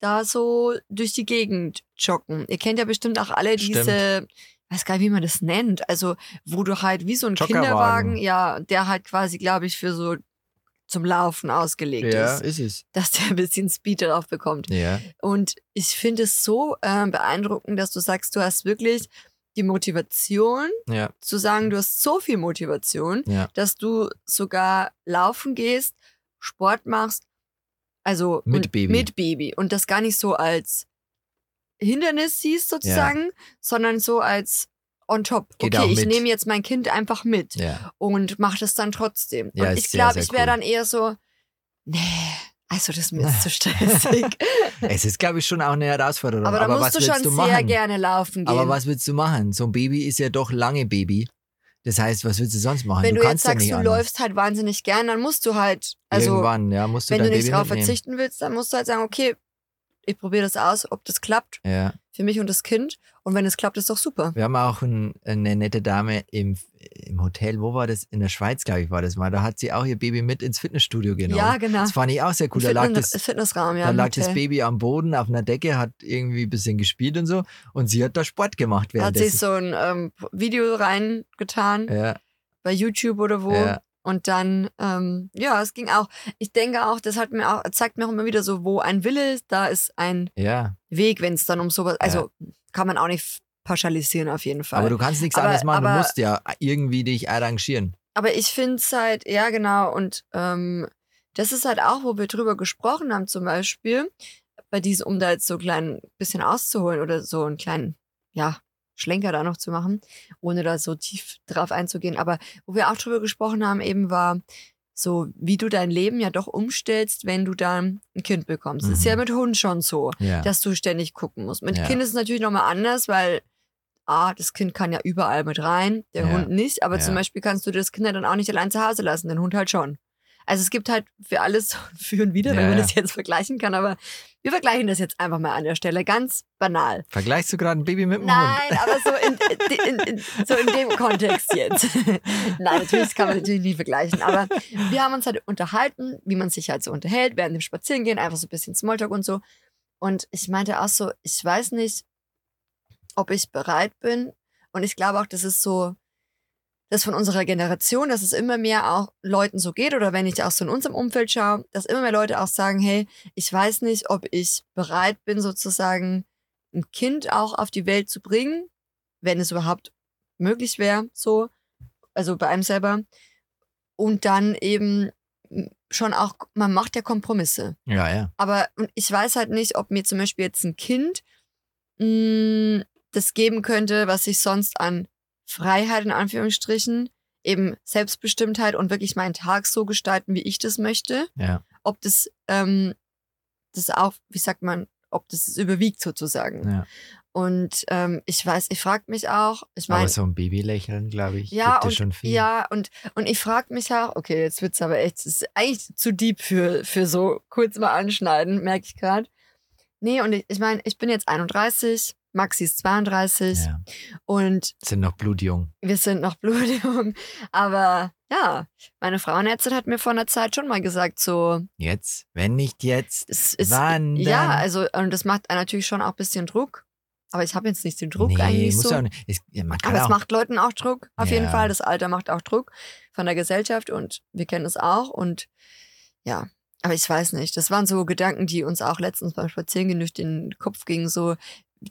A: da so durch die Gegend joggen. Ihr kennt ja bestimmt auch alle diese, weiß gar nicht, wie man das nennt, also wo du halt wie so ein
C: Joggerwagen.
A: Kinderwagen, ja, der halt quasi, glaube ich, für so zum Laufen ausgelegt
C: Ja,
A: ist,
C: ist es.
A: dass der ein bisschen Speed drauf bekommt.
C: Ja.
A: Und ich finde es so ähm, beeindruckend, dass du sagst, du hast wirklich die Motivation,
C: Ja.
A: zu sagen, du hast so viel Motivation,
C: Ja.
A: dass du sogar laufen gehst, Sport machst, also
C: Mit
A: und,
C: Baby.
A: mit Baby und das gar nicht so als Hindernis siehst sozusagen, sondern so als on top.
C: Geht auch
A: okay, ich
C: mit.
A: nehme jetzt mein Kind einfach mit
C: Ja.
A: und mache das dann trotzdem.
C: Ja,
A: und
C: ist
A: ich
C: sehr,
A: glaube,
C: sehr
A: ich wäre
C: cool.
A: dann eher so, nee, also das ist mir jetzt zu stressig.
C: Es ist, glaube ich, schon auch eine Herausforderung.
A: Aber da
C: was
A: musst du
C: willst
A: schon
C: du machen?
A: sehr gerne laufen gehen.
C: Aber was willst du machen? So ein Baby ist ja doch lange Baby. Das heißt, was willst du sonst machen?
A: wenn du, jetzt
C: kannst ja
A: sagst,
C: nicht
A: du
C: anders.
A: läufst halt wahnsinnig gern, dann musst du halt, also
C: Irgendwann, ja, musst du
A: wenn du
C: dein
A: nicht
C: Baby
A: drauf
C: mitnehmen.
A: verzichten willst, dann musst du halt sagen, okay, ich probiere das aus, ob das klappt
C: Ja.
A: für mich und das Kind. Und wenn es klappt, ist doch super.
C: Wir haben auch ein, eine nette Dame im, im Hotel, wo war das? In der Schweiz, glaube ich, war das mal. Da hat sie auch ihr Baby mit ins Fitnessstudio genommen.
A: Ja, genau.
C: Das fand ich auch sehr cool. Da lag
A: Fitness-
C: das,
A: Fitnessraum, ja.
C: da
A: im
C: lag das
A: Hotel.
C: Baby am Boden auf einer Decke, hat irgendwie ein bisschen gespielt und so. Und sie hat da Sport gemacht
A: Hat sich
C: währenddessen.
A: so ein ähm, Video reingetan
C: ja,
A: bei YouTube oder wo.
C: ja,
A: Und dann, ähm, ja, es ging auch. Ich denke auch, das hat mir auch, zeigt mir auch immer wieder so, wo ein Wille ist, da ist ein
C: ja.
A: Weg, wenn es dann um sowas, also kann man auch nicht pauschalisieren auf jeden Fall.
C: Aber du kannst nichts
A: Aber-
C: anderes machen. Du
A: aber-
C: musst ja irgendwie dich arrangieren.
A: Aber ich finde es halt, ja genau, und ähm, das ist halt auch, wo wir drüber gesprochen haben, zum Beispiel, bei diesem, um da jetzt so klein bisschen auszuholen oder so einen kleinen, ja, Schlenker da noch zu machen, ohne da so tief drauf einzugehen. Aber wo wir auch drüber gesprochen haben, eben war so, wie du dein Leben ja doch umstellst, wenn du dann ein Kind bekommst. Das ist
C: Mhm.
A: ja mit Hund schon so,
C: Ja.
A: dass du ständig gucken musst. Mit
C: Ja.
A: Kind ist es natürlich nochmal anders, weil A, das Kind kann ja überall mit rein, der
C: Ja.
A: Hund nicht, aber
C: Ja.
A: zum Beispiel kannst du das Kind ja dann auch nicht allein zu Hause lassen, den Hund halt schon. Also es gibt halt für alles so ein für und wieder,
C: Ja,
A: wenn man
C: ja.
A: das jetzt vergleichen kann, aber wir vergleichen das jetzt einfach mal an der Stelle, ganz banal.
C: Vergleichst du gerade ein Baby mit einem Hund?
A: Nein, aber so in, in, in, so in dem Kontext jetzt. Nein, natürlich das kann man natürlich nicht vergleichen, aber wir haben uns halt unterhalten, wie man sich halt so unterhält, während dem Spazierengehen, einfach so ein bisschen Smalltalk und so. Und ich meinte auch so, ich weiß nicht, ob ich bereit bin. Und ich glaube auch, das ist so, das von unserer Generation, dass es immer mehr auch Leuten so geht oder wenn ich auch so in unserem Umfeld schaue, dass immer mehr Leute auch sagen, hey, ich weiß nicht, ob ich bereit bin, sozusagen ein Kind auch auf die Welt zu bringen, wenn es überhaupt möglich wäre, so, also bei einem selber. Und dann eben schon auch, man macht ja Kompromisse.
C: Ja, ja.
A: Aber und ich weiß halt nicht, ob mir zum Beispiel jetzt ein Kind mh, das geben könnte, was ich sonst an Freiheit in Anführungsstrichen, eben Selbstbestimmtheit und wirklich meinen Tag so gestalten, wie ich das möchte.
C: Ja.
A: Ob das, ähm, das auch, wie sagt man, ob das überwiegt sozusagen.
C: Ja.
A: Und ähm, ich weiß, ich frage mich auch, ich
C: Aber
A: meine,
C: so ein Babylächeln, glaube ich,
A: ja,
C: gibt
A: und,
C: es schon viel.
A: ja, und, und ich frage mich auch, okay, jetzt wird's aber echt, es ist eigentlich zu deep für, für so kurz mal anschneiden, merke ich gerade. Nee, und ich, ich meine, ich bin jetzt 31, Maxi ist 32
C: Ja.
A: und
C: Sind noch blutjung.
A: wir sind noch blutjung. Aber ja, meine Frauenärztin hat mir vor einer Zeit schon mal gesagt, so,
C: Jetzt? Wenn nicht jetzt,
A: es ist.
C: wann?
A: Ja,
C: dann?
A: also, und das macht einen natürlich schon auch ein bisschen Druck. Aber ich habe jetzt nicht den Druck
C: nee,
A: eigentlich
C: muss
A: so.
C: ja auch nicht. Es, ja, man kann
A: Aber es
C: auch,
A: macht Leuten auch Druck, auf jeden
C: Ja.
A: Fall. Das Alter macht auch Druck von der Gesellschaft und wir kennen es auch. Und ja, aber ich weiß nicht. Das waren so Gedanken, die uns auch letztens beim Spazierengehen durch den Kopf gingen. So,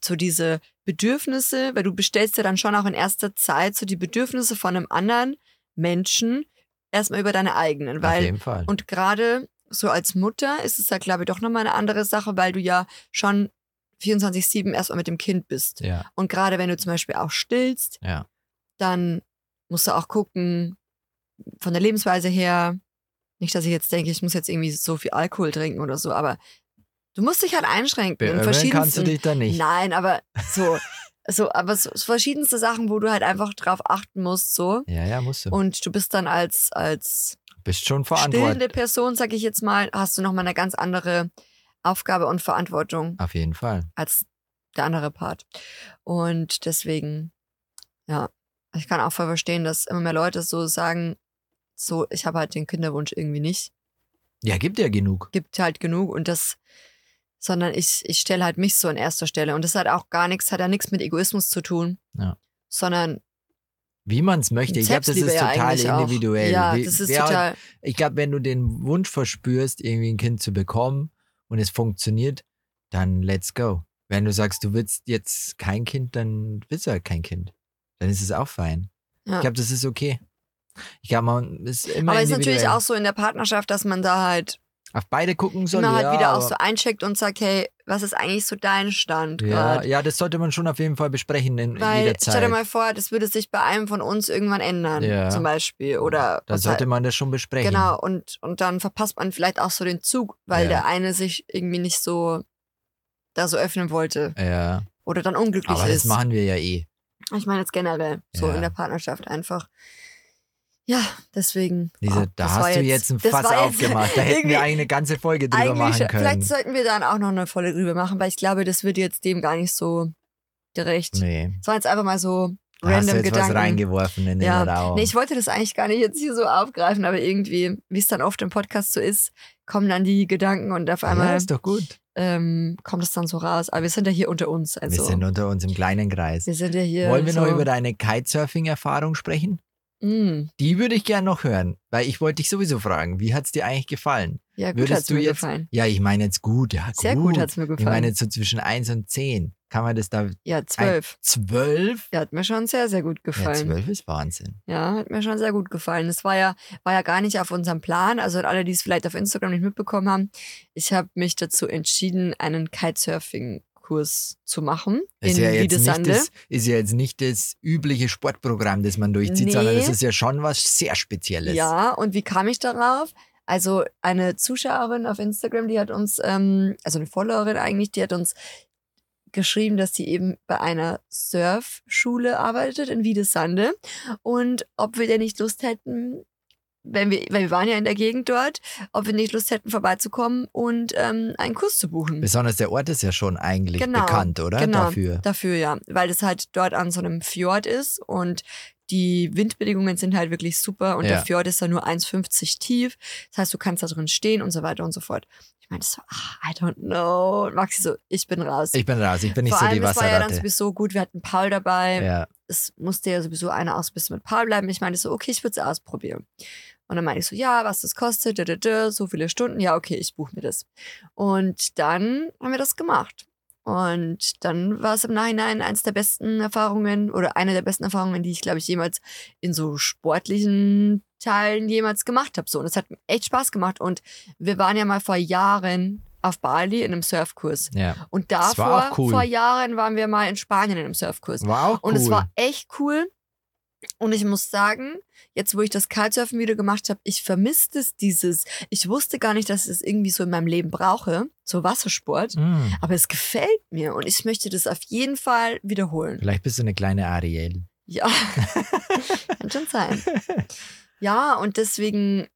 A: so diese Bedürfnisse, weil du bestellst ja dann schon auch in erster Zeit so die Bedürfnisse von einem anderen Menschen erstmal über deine eigenen.
C: auf
A: Weil
C: jeden Fall.
A: und gerade so als Mutter ist es ja, glaube ich, doch nochmal eine andere Sache, weil du ja schon 24-7 erstmal mit dem Kind bist.
C: ja,
A: Und gerade wenn du zum Beispiel auch stillst,
C: Ja.
A: dann musst du auch gucken, von der Lebensweise her, nicht, dass ich jetzt denke, ich muss jetzt irgendwie so viel Alkohol trinken oder so, aber du musst dich halt einschränken. in
C: beirren
A: verschiedensten,
C: kannst du dich da nicht.
A: Nein, aber so, so, aber so, so verschiedenste Sachen, wo du halt einfach drauf achten musst, so.
C: Ja, ja, musst du.
A: Und du bist dann als, als
C: Bist schon verantwortlich.
A: stillende Person, sag ich jetzt mal, hast du nochmal eine ganz andere Aufgabe und Verantwortung
C: Auf jeden Fall.
A: als der andere Part. Und deswegen, ja, ich kann auch voll verstehen, dass immer mehr Leute so sagen, so, ich habe halt den Kinderwunsch irgendwie nicht.
C: Ja, gibt ja genug.
A: Gibt halt genug und das, sondern ich, ich stelle halt mich so an erster Stelle. Und das hat auch gar nichts, hat ja nichts mit Egoismus zu tun.
C: Ja.
A: Sondern
C: Wie man es möchte. Ich glaube, das ist
A: Selbstliebe ja
C: total
A: eigentlich auch.
C: individuell.
A: Ja,
C: Wie-
A: das ist
C: wer-
A: total.
C: Ich glaube, wenn du den Wunsch verspürst, irgendwie ein Kind zu bekommen und es funktioniert, dann let's go. Wenn du sagst, du willst jetzt kein Kind, dann willst du halt kein Kind. Dann ist es auch fein.
A: Ja.
C: Ich glaube, das ist okay. Ich glaube, man ist immer
A: Aber es ist
C: individuell.
A: natürlich auch so in der Partnerschaft, dass man da halt
C: auf beide gucken soll.
A: immer halt
C: ja,
A: wieder
C: aber-
A: auch so eincheckt und sagt, hey, was ist eigentlich so dein Stand
C: ja,
A: gerade?
C: ja, das sollte man schon auf jeden Fall besprechen in, in
A: Weil
C: jeder Zeit.
A: stell dir mal vor, das würde sich bei einem von uns irgendwann ändern,
C: Ja.
A: zum Beispiel. Oder
C: dann
A: was
C: sollte
A: halt-
C: man das schon besprechen.
A: genau, und, und dann verpasst man vielleicht auch so den Zug, weil
C: Ja.
A: der eine sich irgendwie nicht so da so öffnen wollte
C: Ja,
A: oder dann unglücklich
C: aber das
A: ist.
C: machen wir ja eh.
A: Ich meine jetzt generell, so
C: Ja.
A: in der Partnerschaft einfach. Ja, deswegen.
C: Diese,
A: oh,
C: da
A: das
C: hast
A: war
C: du jetzt ein
A: das
C: Fass
A: war jetzt
C: aufgemacht. Da hätten
A: irgendwie-
C: wir eine ganze Folge drüber
A: Eigentlich,
C: machen
A: vielleicht
C: können.
A: sollten wir dann auch noch eine Folge drüber machen, weil ich glaube, das wird jetzt dem gar nicht so gerecht.
C: Nee.
A: Es war jetzt einfach mal so
C: Da hast du
A: random
C: jetzt was
A: Gedanken.
C: reingeworfen in den
A: Ja,
C: Raum.
A: Nee, ich wollte das eigentlich gar nicht jetzt hier so aufgreifen, aber irgendwie, wie es dann oft im Podcast so ist, kommen dann die Gedanken und auf
C: ja,
A: einmal
C: ist doch gut.
A: ähm, kommt es dann so raus. Aber wir sind ja hier unter uns. Also,
C: wir sind unter uns im kleinen Kreis.
A: wir sind ja hier.
C: Wollen wir
A: so,
C: noch über deine Kitesurfing-Erfahrung sprechen?
A: Mm,
C: Die würde ich gerne noch hören, weil ich wollte dich sowieso fragen, wie hat es dir eigentlich gefallen?
A: Ja, gut
C: Würdest
A: hat's
C: du
A: mir
C: jetzt-
A: gefallen.
C: Ja, ich meine jetzt gut, ja gut.
A: Sehr gut, hat's mir
C: ich meine
A: gefallen.
C: jetzt so zwischen 1 und 10. Kann man das da
A: ja, zwölf.
C: 12?
A: Ja, hat mir schon sehr, sehr gut
C: Ja,
A: gefallen.
C: 12 ist Wahnsinn.
A: Ja, hat mir schon sehr gut gefallen. Es war ja, war ja gar nicht auf unserem Plan. Also an alle, die es vielleicht auf Instagram nicht mitbekommen haben, ich habe mich dazu entschieden, einen Kitesurfing-Kurs zu machen
C: Ist
A: in
C: ja, jetzt nicht
A: Wiedesande.
C: das, ist ja jetzt nicht das übliche Sportprogramm, das man durchzieht,
A: Nee.
C: sondern es ist ja schon was sehr Spezielles.
A: Ja, und wie kam ich darauf? Also eine Zuschauerin auf Instagram, die hat uns, ähm, also eine Followerin eigentlich, die hat uns geschrieben, dass sie eben bei einer Surfschule arbeitet in Wiedesande und ob wir denn nicht Lust hätten, wenn wir, weil wir waren ja in der Gegend dort, ob wir nicht Lust hätten vorbeizukommen und ähm, einen Kurs zu buchen.
C: Besonders der Ort ist ja schon eigentlich
A: Genau,
C: bekannt, oder?
A: genau.
C: Dafür.
A: Dafür ja, weil es halt dort an so einem Fjord ist und die Windbedingungen sind halt wirklich super und
C: Ja.
A: der Fjord ist da nur 1,50 tief. Das heißt, du kannst da drin stehen und so weiter und so fort. Ich meine, so, ah, I don't know. Und Maxi so, ich bin raus.
C: Ich bin raus, ich bin nicht
A: Vor
C: so
A: allem,
C: die
A: es war ja dann
C: Wasserratte.
A: sowieso gut. Wir hatten Paul dabei.
C: Ja,
A: Es musste ja sowieso einer aus bisschen mit Paul bleiben. Ich meinte so, okay, ich würde es ausprobieren. Und dann meinte ich so, ja, was das kostet, dö, dö, dö, so viele Stunden. Ja, okay, ich buche mir das. Und dann haben wir das gemacht. Und dann war es im Nachhinein eins der besten Erfahrungen oder eine der besten Erfahrungen, die ich, glaube ich, jemals in so sportlichen Teilen jemals gemacht habe. So, und es hat echt Spaß gemacht. Und wir waren ja mal vor Jahren auf Bali in einem Surfkurs.
C: ja.
A: Und
C: Das war
A: davor,
C: auch cool.
A: vor Jahren, waren wir mal in Spanien in einem Surfkurs.
C: War auch cool.
A: Und es war echt cool. Und ich muss sagen, jetzt wo ich das Kitesurfen wieder gemacht habe, ich vermisste es dieses. Ich wusste gar nicht, dass ich es irgendwie so in meinem Leben brauche, so Wassersport.
C: Mm.
A: Aber es gefällt mir und ich möchte das auf jeden Fall wiederholen.
C: Vielleicht bist du eine kleine Ariel.
A: Ja, kann schon sein. Ja, und deswegen,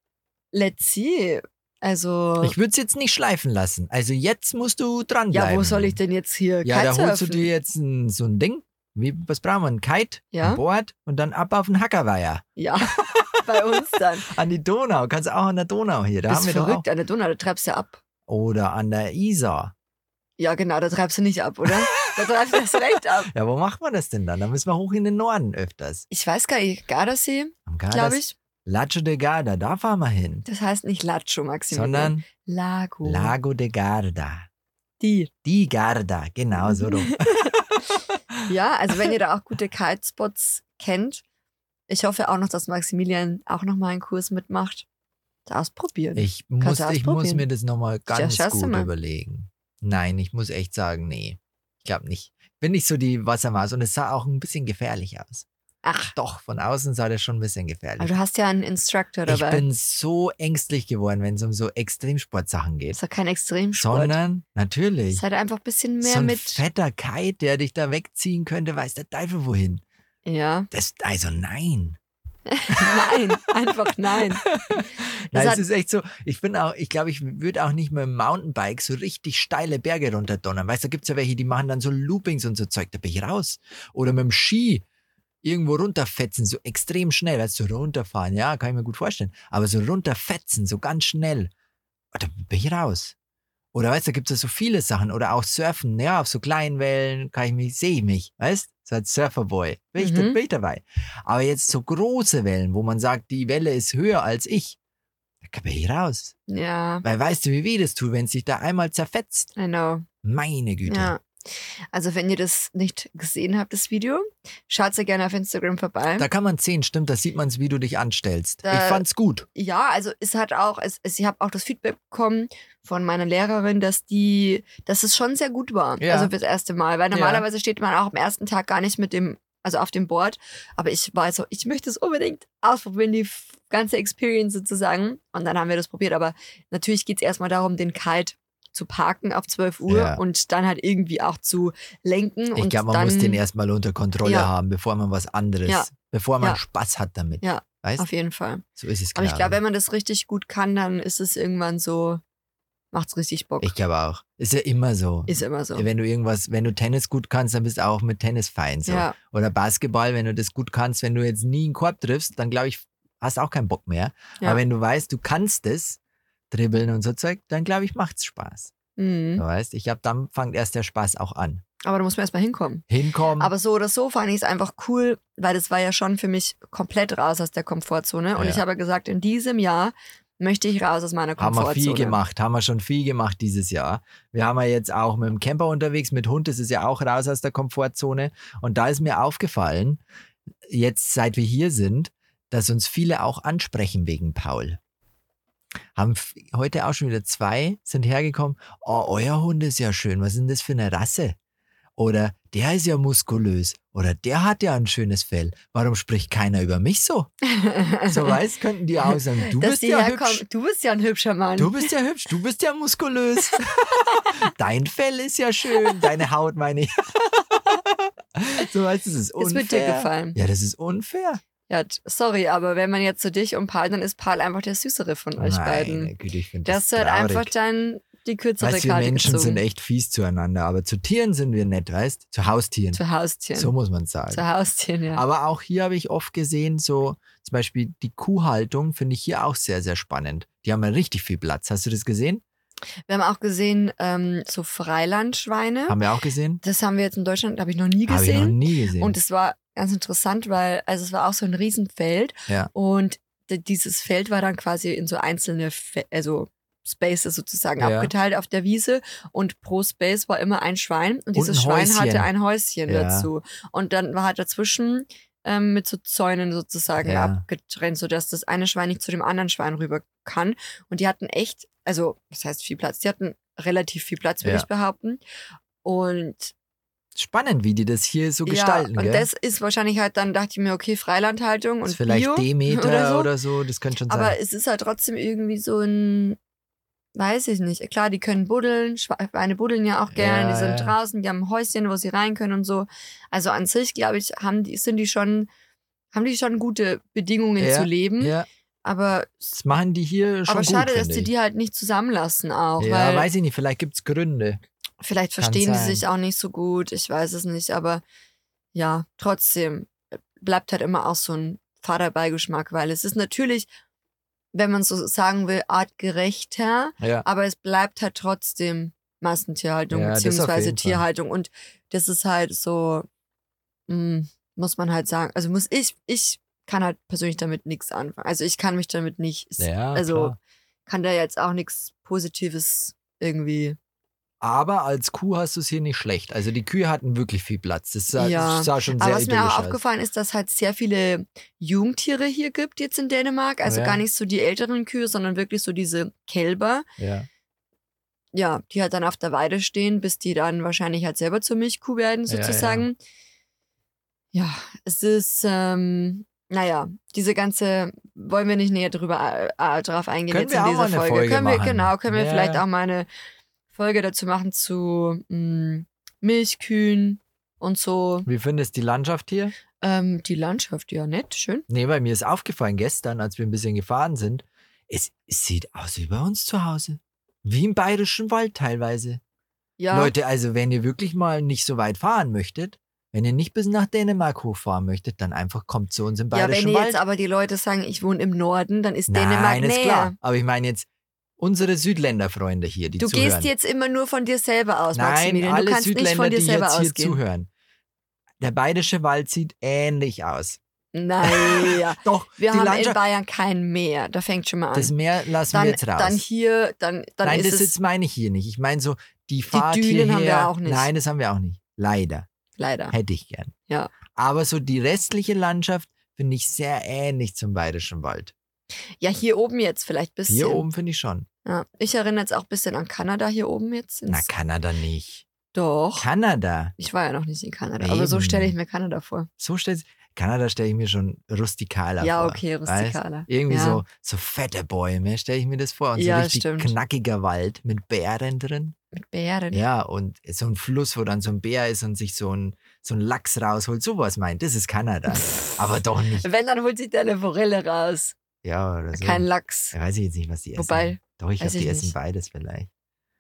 A: let's see. Also,
C: Ich würde es jetzt nicht schleifen lassen. Also jetzt musst du dranbleiben.
A: ja, wo soll ich denn jetzt hier
C: Ja, da holst du
A: Kitesurfen?
C: dir jetzt ein, so ein Ding. Wie, was brauchen wir? Ein Kite,
A: Ja.
C: ein Board und dann ab auf den Hackerweiher.
A: Ja, bei uns dann.
C: An die Donau. Kannst auch an der Donau hier. Da
A: Da
C: haben
A: Bist
C: wir
A: verrückt, an der Donau, du treibst ja ab.
C: doch auch. Oder an der Isar.
A: Ja, genau, da treibst du nicht ab, oder? Da treibst du erst recht ab.
C: Ja, wo macht man das denn dann? Da müssen wir hoch in den Norden öfters.
A: Ich weiß gar nicht, Gardasee,
C: Am
A: glaube ich.
C: Lago de Garda, da fahren wir hin.
A: Das heißt nicht Lacho, Maximilian.
C: Sondern
A: Lago.
C: Lago de Garda.
A: Die.
C: Die Garda, genau so rum.
A: Ja, also wenn ihr da auch gute Kitespots kennt, ich hoffe auch noch, dass Maximilian auch noch mal einen Kurs mitmacht. Da ausprobieren.
C: Ich muss,
A: du
C: ich muss
A: ausprobieren.
C: mir das nochmal ganz
A: schaust du
C: gut
A: mal.
C: überlegen. Nein, ich muss echt sagen, nee. Ich glaube nicht. Bin nicht so die Wassermaus und es sah auch ein bisschen gefährlich aus.
A: Ach,
C: Doch, von außen sah das schon ein bisschen
A: aber
C: gefährlich
A: du hast ja einen Instructor
C: Ich
A: dabei.
C: bin so ängstlich geworden, wenn es um so Extremsportsachen geht.
A: ist ja kein Extremsport.
C: Sondern, natürlich,
A: Ist halt einfach ein bisschen mehr
C: so ein
A: mit.
C: fetter Kite, der dich da wegziehen könnte, weiß der Teufel wohin.
A: Ja.
C: Das, also nein.
A: Nein, einfach nein.
C: Nein, es
A: hat-
C: ist echt so, ich bin auch, ich glaube, ich würde auch nicht mit dem Mountainbike so richtig steile Berge runterdonnern. Weißt du, da gibt es ja welche, die machen dann so Loopings und so Zeug, da bin ich raus. Oder mit dem Ski irgendwo runterfetzen, so extrem schnell. Weißt du, so runterfahren, ja, kann ich mir gut vorstellen. Aber so runterfetzen, so ganz schnell, da bin ich raus. Oder weißt du, da gibt es so viele Sachen. Oder auch Surfen, ja, auf so kleinen Wellen kann ich mich, sehe ich mich, weißt So als Surferboy, bin, ich, da-
A: Mhm.
C: bin ich dabei. Aber jetzt so große Wellen, wo man sagt, die Welle ist höher als ich, da bin ich raus.
A: Ja,
C: Weil weißt du, wie weh das tut, wenn es sich da einmal zerfetzt?
A: I know.
C: Meine Güte.
A: Ja. Also, wenn ihr das nicht gesehen habt, das Video, schaut sehr gerne auf Instagram vorbei.
C: Da kann man sehen, stimmt, da sieht man es, wie du dich anstellst.
A: Da-
C: ich fand's gut.
A: ja, also es hat auch, es, es, ich habe auch das Feedback bekommen von meiner Lehrerin, dass die, dass es schon sehr gut war.
C: Ja.
A: Also fürs erste Mal. Weil
C: Ja.
A: normalerweise steht man auch am ersten Tag gar nicht mit dem, also auf dem Board. Aber ich war so, ich möchte es unbedingt ausprobieren, die f- ganze Experience sozusagen. Und dann haben wir das probiert. Aber natürlich geht es erstmal darum, den Kite zu parken auf 12 Uhr
C: Ja.
A: und dann halt irgendwie auch zu lenken.
C: Ich
A: und
C: glaube, man
A: dann
C: muss den erstmal unter Kontrolle
A: Ja.
C: haben, bevor man was anderes,
A: Ja.
C: bevor man
A: Ja.
C: Spaß hat damit.
A: Ja.
C: Weißt
A: Auf jeden Fall.
C: So ist es
A: Aber
C: genau.
A: ich glaube, wenn man das richtig gut kann, dann ist es irgendwann so, macht's richtig Bock.
C: Ich glaube auch. Ist ja immer so.
A: Ist immer so.
C: Wenn du irgendwas, wenn du Tennis gut kannst, dann bist du auch mit Tennis fein. So.
A: Ja,
C: Oder Basketball, wenn du das gut kannst, wenn du jetzt nie einen Korb triffst, dann glaube ich, hast auch keinen Bock mehr.
A: Ja.
C: Aber wenn du weißt, du kannst es, dribbeln und so Zeug, dann glaube ich, macht's Spaß.
A: mhm.
C: Du weißt, ich glaube, dann fängt erst der Spaß auch an.
A: aber da muss man erstmal hinkommen.
C: Hinkommen.
A: Aber so oder so fand ich es einfach cool, weil das war ja schon für mich komplett raus aus der Komfortzone. Und
C: Ja.
A: ich habe gesagt, in diesem Jahr möchte ich raus aus meiner
C: haben wir
A: Komfortzone.
C: viel gemacht, haben wir schon viel gemacht dieses Jahr. Wir haben ja jetzt auch mit dem Camper unterwegs, mit Hund, das ist ja auch raus aus der Komfortzone. Und da ist mir aufgefallen, jetzt seit wir hier sind, dass uns viele auch ansprechen wegen Paul. Haben f- heute auch schon wieder zwei sind hergekommen. Oh, euer Hund ist ja schön. Was ist denn das für eine Rasse? Oder der ist ja muskulös. Oder der hat ja ein schönes Fell. Warum spricht keiner über mich so? So weiß, könnten die auch sagen, du
A: Dass
C: bist
A: die
C: ja hübsch.
A: herkommen. Du bist ja ein hübscher Mann.
C: Du bist ja hübsch, du bist ja muskulös. Dein Fell ist ja schön, deine Haut meine ich. so weißt du, das ist
A: Ist
C: unfair.
A: mit dir gefallen.
C: Ja, das ist unfair.
A: Ja, t- sorry, aber wenn man jetzt zu dich und Paul, dann ist Paul einfach der Süßere von euch beiden.
C: Meine Güte, ich finde
A: Das
C: das,
A: ist halt
C: traurig.
A: einfach dann die kürzere
C: Weißt du, wir
A: Karte
C: Menschen
A: gezogen.
C: sind echt fies zueinander, aber zu Tieren sind wir nett, weißt? Zu Haustieren.
A: zu Haustieren.
C: So muss man sagen.
A: zu Haustieren, ja.
C: Aber auch hier habe ich oft gesehen, so zum Beispiel die Kuhhaltung finde ich hier auch sehr, sehr spannend. Die haben ja richtig viel Platz. Hast du das gesehen?
A: Wir haben auch gesehen, ähm, so Freilandschweine.
C: Haben wir auch gesehen?
A: Das haben wir jetzt in Deutschland, habe ich noch nie
C: Habe ich noch
A: gesehen.
C: nie gesehen.
A: Und es war ganz interessant, weil also es war auch so ein Riesenfeld.
C: Ja.
A: Und d- dieses Feld war dann quasi in so einzelne, Fe also Spaces sozusagen
C: Ja.
A: abgeteilt auf der Wiese. Und pro Space war immer ein Schwein. Und
C: ein
A: dieses Schwein hatte
C: Häuschen.
A: ein Häuschen
C: Ja.
A: dazu. Und dann war halt dazwischen ähm, mit so Zäunen sozusagen
C: Ja.
A: abgetrennt, sodass das eine Schwein nicht zu dem anderen Schwein rüber kann. Und die hatten echt, also das heißt viel Platz, die hatten relativ viel Platz, würde
C: Ja.
A: ich behaupten. Und
C: Spannend, wie die das hier so gestalten.
A: ja, und
C: gell?
A: das ist wahrscheinlich halt dann, dachte ich mir, okay, Freilandhaltung und
C: ist vielleicht
A: Bio,
C: Demeter
A: oder
C: oder
A: so.
C: so. das könnte schon
A: aber
C: sein.
A: es ist halt trotzdem irgendwie so ein, weiß ich nicht. Klar, die können buddeln, Schweine buddeln ja auch gern,
C: Ja,
A: die sind
C: ja.
A: draußen, die haben ein Häuschen, wo sie rein können und so. Also an sich, glaube ich, haben die, sind die schon, haben die schon gute Bedingungen
C: Ja,
A: zu leben,
C: Ja,
A: aber,
C: das machen die hier schon
A: hm, aber
C: gut,
A: schade, dass
C: finde
A: sie
C: ich.
A: die halt nicht zusammenlassen auch,
C: Ja,
A: weil
C: weiß ich nicht, vielleicht gibt es Gründe.
A: Vielleicht
C: Kann
A: verstehen sie
C: sein.
A: sich auch nicht so gut, ich weiß es nicht, aber ja, trotzdem bleibt halt immer auch so ein fader Beigeschmack, weil es ist natürlich, wenn man so sagen will, artgerechter,
C: Ja.
A: aber es bleibt halt trotzdem Massentierhaltung
C: Ja, das auf
A: beziehungsweise
C: jeden Fall.
A: Tierhaltung. Und das ist halt so, mm, muss man halt sagen. Also muss ich, ich kann halt persönlich damit nichts anfangen. Also ich kann mich damit nicht,
C: Ja,
A: also
C: klar.
A: kann da jetzt auch nichts Positives irgendwie.
C: Aber als Kuh hast du es hier nicht schlecht. Also die Kühe hatten wirklich viel Platz. Das sah,
A: Ja.
C: das sah schon sehr
A: Aber was mir
C: idyllisch
A: auch
C: aus.
A: aufgefallen ist, dass halt sehr viele Jungtiere hier gibt jetzt in Dänemark. Also
C: Oh Ja.
A: gar nicht so die älteren Kühe, sondern wirklich so diese Kälber.
C: Ja.
A: ja, die halt dann auf der Weide stehen, bis die dann wahrscheinlich halt selber zur Milchkuh werden,
C: Ja, ja.
A: sozusagen. Ja, es ist, ähm, naja, diese ganze, wollen wir nicht näher drüber, äh, äh, drauf eingehen
C: Können
A: jetzt
C: wir
A: in
C: auch
A: dieser
C: mal eine Folge
A: können wir,
C: machen.
A: genau, können wir
C: Ja,
A: vielleicht
C: ja.
A: auch mal eine Folge dazu machen zu mh, Milchkühen und so.
C: Wie findest du die Landschaft hier?
A: Ähm, die Landschaft, ja, nett, schön.
C: Nee, weil mir ist aufgefallen gestern, als wir ein bisschen gefahren sind, es, es sieht aus wie bei uns zu Hause. Wie im bayerischen Wald teilweise.
A: Ja,
C: Leute, also wenn ihr wirklich mal nicht so weit fahren möchtet, wenn ihr nicht bis nach Dänemark hochfahren möchtet, dann einfach kommt zu uns im
A: ja wenn
C: bayerischen
A: ihr jetzt
C: Wald.
A: aber die Leute sagen, ich wohne im Norden, dann ist Dänemark
C: Nein, ist
A: näher.
C: klar. Aber ich meine jetzt unsere Südländerfreunde hier, die
A: Du
C: zuhören.
A: gehst jetzt immer nur von dir selber aus,
C: Nein,
A: Maximilian.
C: alle
A: du kannst
C: Südländer,
A: nicht von dir
C: die
A: selber
C: jetzt hier
A: ausgehen.
C: zuhören. Der bayerische Wald sieht ähnlich aus.
A: Naja,
C: Doch,
A: wir
C: die
A: haben in
C: Landschaft,
A: Bayern kein Meer. Da fängt schon mal an.
C: das Meer lassen
A: dann,
C: wir jetzt raus.
A: dann hier, dann, dann
C: Nein,
A: ist
C: das
A: es
C: jetzt meine ich hier nicht. Ich meine so die Fahrt
A: Dünen
C: hierher.
A: haben wir auch nicht.
C: Nein, das haben wir auch nicht. Leider.
A: leider.
C: Hätte ich gern.
A: Ja.
C: Aber so die restliche Landschaft finde ich sehr ähnlich zum Bayerischen Wald.
A: Ja, hier oben jetzt vielleicht ein bisschen.
C: Hier oben finde ich schon.
A: Ja, ich erinnere jetzt auch ein bisschen an Kanada hier oben jetzt.
C: Na,
A: Ins-
C: Kanada nicht.
A: Doch.
C: Kanada.
A: ich war ja noch nicht in Kanada, aber so
C: Eben.
A: stelle ich mir Kanada vor.
C: So stellt Kanada stelle ich mir schon rustikaler
A: ja,
C: vor.
A: okay,
C: weißt?
A: rustikaler.
C: Irgendwie
A: ja.
C: so, so fette Bäume, stelle ich mir das vor. Und so
A: Ja,
C: richtig
A: stimmt.
C: knackiger Wald mit Bären drin.
A: Mit Bären.
C: Ja, und so ein Fluss, wo dann so ein Bär ist und sich so ein, so ein Lachs rausholt. Sowas meint, das ist Kanada. Aber doch nicht.
A: Wenn, dann holt sich da eine Forelle raus.
C: Ja, oder so.
A: Kein Lachs.
C: Ja, weiß ich jetzt nicht, was die essen.
A: Wobei,
C: Doch, ich
A: weiß
C: glaube, die
A: ich
C: essen
A: nicht.
C: beides vielleicht.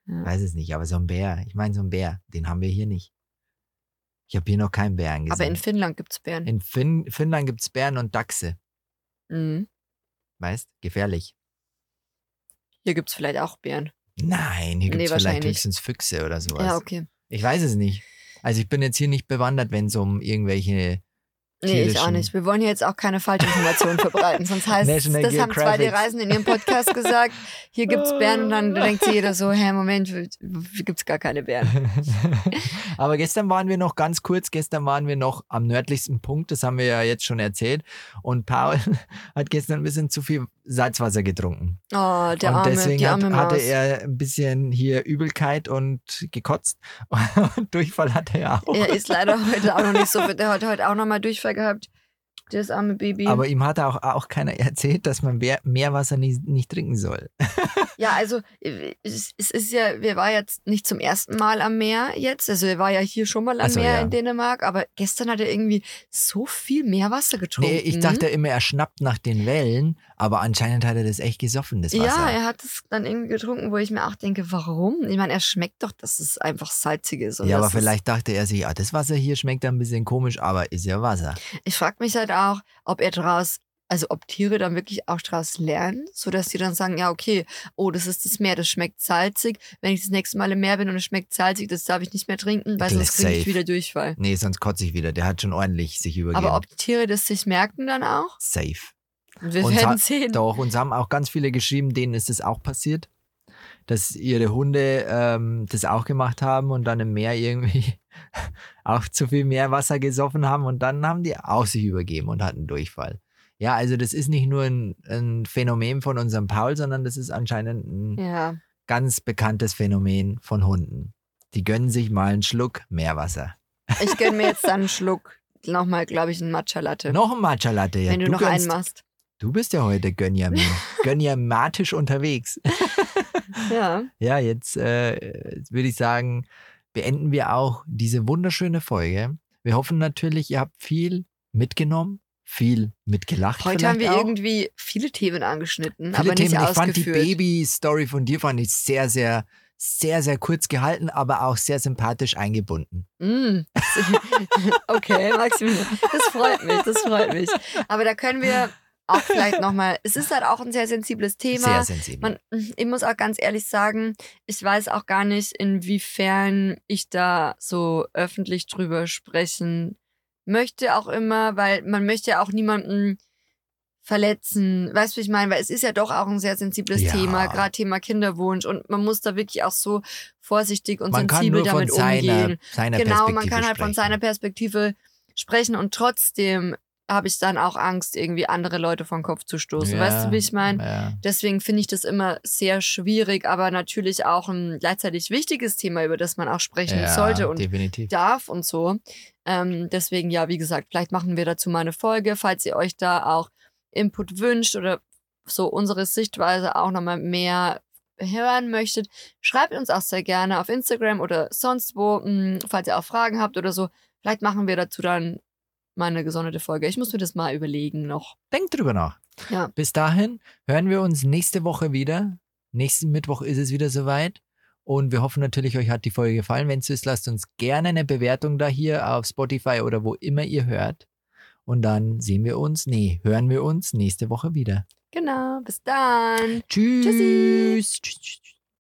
A: Ja.
C: Weiß es nicht, aber so ein Bär. Ich meine, so ein Bär, den haben wir hier nicht. Ich habe hier noch keinen Bären gesehen.
A: Aber in Finnland gibt es Bären.
C: in Finn Finnland gibt es Bären und Dachse.
A: Mhm.
C: Weißt? Gefährlich.
A: Hier gibt es vielleicht auch Bären.
C: Nein,
A: Nee,
C: hier gibt es vielleicht
A: wahrscheinlich nicht.
C: höchstens Füchse oder sowas.
A: Ja, okay.
C: Ich weiß es nicht. Also ich bin jetzt hier nicht bewandert, wenn es um irgendwelche
A: Nee, ich auch
C: tierischen-
A: nicht. Wir wollen hier jetzt auch keine Falschinformationen verbreiten. Sonst heißt es,
C: National
A: das haben zwei die
C: Geographic.
A: Reisen in ihrem Podcast gesagt, hier gibt's Bären und dann denkt sich jeder so, hä, Moment, w- w- gibt's gar keine Bären.
C: Aber gestern waren wir noch ganz kurz, gestern waren wir noch am nördlichsten Punkt, das haben wir ja jetzt schon erzählt. Und Paul hat gestern ein bisschen zu viel Salzwasser getrunken.
A: Oh, der
C: und
A: arme,
C: deswegen
A: die
C: hat,
A: arme
C: hatte
A: Maus.
C: er ein bisschen hier Übelkeit und gekotzt. Und Durchfall hatte er auch.
A: er ist leider heute auch noch nicht so fit. Der hat heute auch nochmal Durchfall gehabt. Das arme Baby.
C: Aber ihm hat auch, auch keiner erzählt, dass man Meer- Meerwasser nicht, nicht trinken soll.
A: Ja, also es es ist ja, wir waren jetzt nicht zum ersten Mal am Meer jetzt. Also wir waren ja hier schon mal am
C: Ach so,
A: Meer
C: Also, ja.
A: in Dänemark, aber gestern hat er irgendwie so viel Meerwasser getrunken.
C: Nee, ich dachte immer, er schnappt nach den Wellen, aber anscheinend hat er das echt gesoffen, das Wasser.
A: Ja, er hat es dann irgendwie getrunken, wo ich mir auch denke, warum? Ich meine, er schmeckt doch, dass es einfach salzig ist. und
C: Ja, aber
A: dass es-
C: vielleicht dachte er sich, ah, das Wasser hier schmeckt ein bisschen komisch, aber ist ja Wasser.
A: Ich frage mich halt auch, ob er draus, also ob Tiere dann wirklich auch draus lernen, sodass die dann sagen, ja, okay, oh, das ist das Meer, das schmeckt salzig. Wenn ich das nächste Mal im Meer bin und es schmeckt salzig, das darf ich nicht mehr trinken, weil sonst
C: Gleich
A: kriege ich
C: safe.
A: wieder Durchfall.
C: Nee, sonst kotze ich wieder. Der hat schon ordentlich sich übergeben.
A: Aber ob die Tiere das sich merken dann auch?
C: Safe.
A: Wir
C: Und
A: werden
C: hat-
A: sehen.
C: Doch, uns haben auch ganz viele geschrieben, denen ist das auch passiert, dass ihre Hunde ähm, das auch gemacht haben und dann im Meer irgendwie auch zu viel Meerwasser gesoffen haben und dann haben die auch sich übergeben und hatten Durchfall. Ja, also das ist nicht nur ein, ein Phänomen von unserem Paul, sondern das ist anscheinend ein
A: Ja,
C: ganz bekanntes Phänomen von Hunden. Die gönnen sich mal einen Schluck Meerwasser.
A: ich gönn mir jetzt dann einen Schluck, nochmal, glaube ich, einen Matcha-Latte.
C: Noch ein Matcha Latte. Ja,
A: wenn du, noch einen
C: gönnst-
A: machst.
C: Du bist ja heute Gönjamin. Gönjamatisch unterwegs.
A: Ja.
C: Ja, jetzt äh, würde ich sagen, beenden wir auch diese wunderschöne Folge. Wir hoffen natürlich, ihr habt viel mitgenommen, viel mitgelacht.
A: Heute haben
C: vielleicht
A: wir
C: auch.
A: irgendwie viele Themen angeschnitten,
C: Viele
A: aber nicht
C: Themen. Ich fand die
A: ausgeführt.
C: Baby-Story von dir fand ich sehr, sehr, sehr, sehr kurz gehalten, aber auch sehr sympathisch eingebunden.
A: Mm. Okay, Maximilian, das freut mich, das freut mich. Aber da können wir auch vielleicht nochmal, es ist halt auch ein sehr sensibles Thema.
C: Sehr sensibel.
A: Man, ich muss auch ganz ehrlich sagen, ich weiß auch gar nicht, inwiefern ich da so öffentlich drüber sprechen möchte, auch immer, weil man möchte ja auch niemanden verletzen. Weißt du, wie ich meine? Weil es ist ja doch auch ein sehr sensibles
C: Ja.
A: Thema, gerade Thema Kinderwunsch und man muss da wirklich auch so vorsichtig und
C: man kann
A: sensibel
C: nur von
A: damit
C: seiner,
A: umgehen.
C: seiner
A: Genau,
C: Perspektive
A: man kann halt von
C: sprechen.
A: seiner Perspektive sprechen und trotzdem habe ich dann auch Angst, irgendwie andere Leute vom Kopf zu stoßen.
C: Ja.
A: Weißt du, wie ich meine?
C: Ja.
A: Deswegen finde ich das immer sehr schwierig, aber natürlich auch ein gleichzeitig wichtiges Thema, über das man auch sprechen
C: ja,
A: sollte und
C: definitiv.
A: darf und so. Ähm, deswegen, ja, wie gesagt, vielleicht machen wir dazu mal eine Folge, falls ihr euch da auch Input wünscht oder so unsere Sichtweise auch nochmal mehr hören möchtet, schreibt uns auch sehr gerne auf Instagram oder sonst wo, mh, falls ihr auch Fragen habt oder so. Vielleicht machen wir dazu dann mal eine gesonderte Folge. Ich muss mir das mal überlegen noch.
C: Denkt drüber nach.
A: Ja.
C: Bis dahin hören wir uns nächste Woche wieder. Nächsten Mittwoch ist es wieder soweit. Und wir hoffen natürlich, euch hat die Folge gefallen. Wenn es so ist, lasst uns gerne eine Bewertung da hier auf Spotify oder wo immer ihr hört. Und dann sehen wir uns, nee, hören wir uns nächste Woche wieder.
A: Genau, bis dann.
C: Tschüss.
A: Tschüssi.
C: Tschüss. tschüss, tschüss.